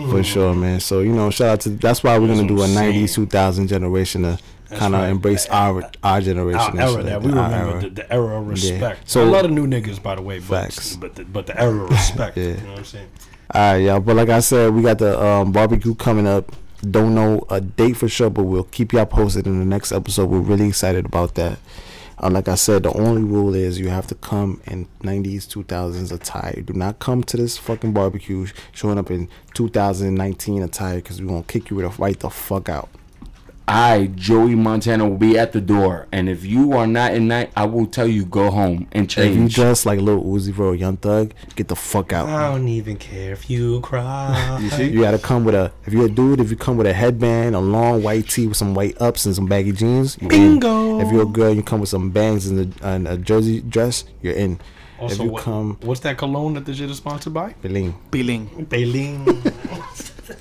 Speaker 1: for sure, man. So you know, shout out to. That's why we're gonna do a
Speaker 3: what I'm saying.
Speaker 1: '90s, 2000 generation to kind of
Speaker 3: right.
Speaker 1: embrace our our generation.
Speaker 3: Our
Speaker 1: and shit
Speaker 3: era
Speaker 1: like
Speaker 3: that we
Speaker 1: that, our
Speaker 3: remember
Speaker 1: era.
Speaker 3: the, the era of respect.
Speaker 1: So-
Speaker 3: So a lot of new niggas, by the way, but
Speaker 1: Facts.
Speaker 3: but the, but the era of respect.
Speaker 1: Yeah.
Speaker 3: You know what I'm saying?
Speaker 1: All right, y'all. But like I said, we got the um, barbecue coming up. Don't know a date for sure, but we'll keep y'all posted in the next episode. We're really excited about that. Uh, like I said, the only rule is you have to come in 90s, 2000s attire. Do not come to this fucking barbecue showing up in 2019 attire because we're going to kick you the- right the fuck out.
Speaker 4: I, Joey Montana, will be at the door, and if you are not in night, I will tell you go home and
Speaker 1: If you
Speaker 4: change.
Speaker 1: dress like Lil Uzi Vert or Young Thug, get the fuck out.
Speaker 3: don't even care if you cry.
Speaker 1: You gotta come with a. If you're a dude, if you come with a headband, a long white tee with some white ups and some baggy jeans, you're in.
Speaker 3: Bingo.
Speaker 1: If you're a girl, you come with some bangs and a, and a jersey dress, you're in. if
Speaker 3: Also,
Speaker 1: you
Speaker 3: what,
Speaker 1: come,
Speaker 3: what's that cologne that this shit is sponsored by?
Speaker 1: you're lean.
Speaker 2: Peeling.
Speaker 3: Baleen.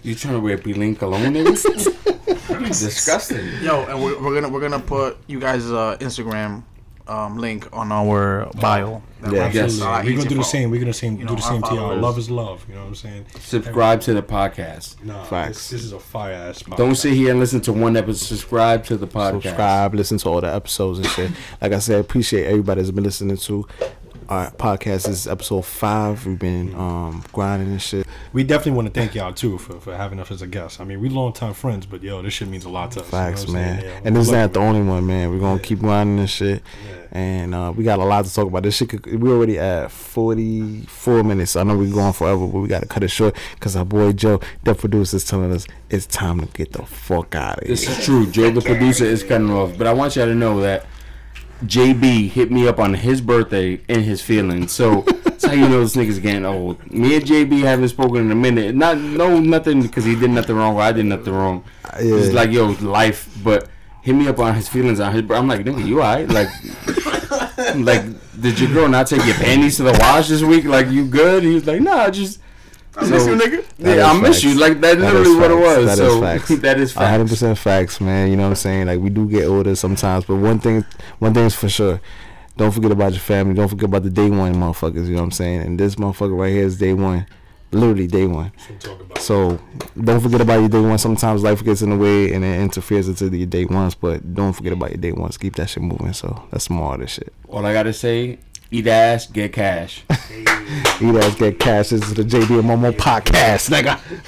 Speaker 4: You trying to wear P-Link cologne? nigga? Disgusting.
Speaker 2: Yo, and we're, we're gonna we're gonna put you guys' uh, Instagram um, link on our bio. That
Speaker 1: Yeah.
Speaker 2: way
Speaker 4: Yes.
Speaker 2: it's a lot
Speaker 3: We're gonna
Speaker 2: easier
Speaker 3: do the
Speaker 2: for-
Speaker 3: same. We're gonna same
Speaker 2: You
Speaker 3: do
Speaker 2: know,
Speaker 3: the
Speaker 2: our
Speaker 3: same to y'all.
Speaker 2: followers.
Speaker 3: Love is love. You know what I'm saying?
Speaker 4: Subscribe to the podcast.
Speaker 3: Nah,
Speaker 1: Facts.
Speaker 3: This, this is a fire ass.
Speaker 4: Don't sit here and listen to one episode. Subscribe to the podcast.
Speaker 1: Subscribe, listen to all the episodes and shit. Like I said, appreciate everybody that's been listening to our podcast. This is episode five. We've been um grinding and shit.
Speaker 3: We definitely want to thank y'all too for, for having us as a guest. I mean, we long time friends, but yo, this shit means a lot to us. you know
Speaker 1: Facts,
Speaker 3: what I'm
Speaker 1: man.
Speaker 3: saying? Yeah,
Speaker 1: and this is
Speaker 3: we
Speaker 1: not
Speaker 3: love
Speaker 1: the
Speaker 3: you.
Speaker 1: only one, man. We're gonna keep grinding this shit,
Speaker 3: Yeah.
Speaker 1: and uh, we got a lot to talk about. This shit, could, we already at forty four minutes. I know we're going forever, but we gotta cut it short because our boy Joe, the producer, is telling us it's time to get the fuck out of
Speaker 4: This
Speaker 1: here.
Speaker 4: is true. Joe, the producer, is cutting off. But I want y'all to know that JB hit me up on his birthday and his feelings. So that's how you know this nigga's getting old. Me and JB haven't spoken in a minute. Not no nothing because he did nothing wrong or I did nothing wrong.
Speaker 1: yeah.
Speaker 4: It's like yo life, but. Hit me up on his feelings on his. br- I'm like, nigga, you alright? Like, like, did your girl not take your panties to the wash this week? Like, you good? He was like, nah, just. I
Speaker 2: miss you, nigga.
Speaker 1: That
Speaker 4: Yeah, I
Speaker 1: is
Speaker 4: miss you.
Speaker 1: facts.
Speaker 4: Like that's
Speaker 1: That
Speaker 4: literally
Speaker 1: is
Speaker 4: what it
Speaker 1: facts.
Speaker 4: was.
Speaker 1: That is
Speaker 4: so
Speaker 1: facts.
Speaker 4: that is facts.
Speaker 1: hundred percent facts, man. You know what I'm saying? Like we do get older sometimes, but one thing, one thing's for sure. Don't forget about your family. Don't forget about the day one motherfuckers. You know what I'm saying? And this motherfucker right here is day one, literally day one.
Speaker 3: We'll talk about it.
Speaker 1: So don't forget about your day one. Sometimes life gets in the way and it interferes into your day ones, but don't forget about your day ones. Keep that shit moving. So that's more of this shit.
Speaker 4: All I gotta say, eat ass, get cash.
Speaker 1: You guys get cash into the JD and Momo podcast, nigga.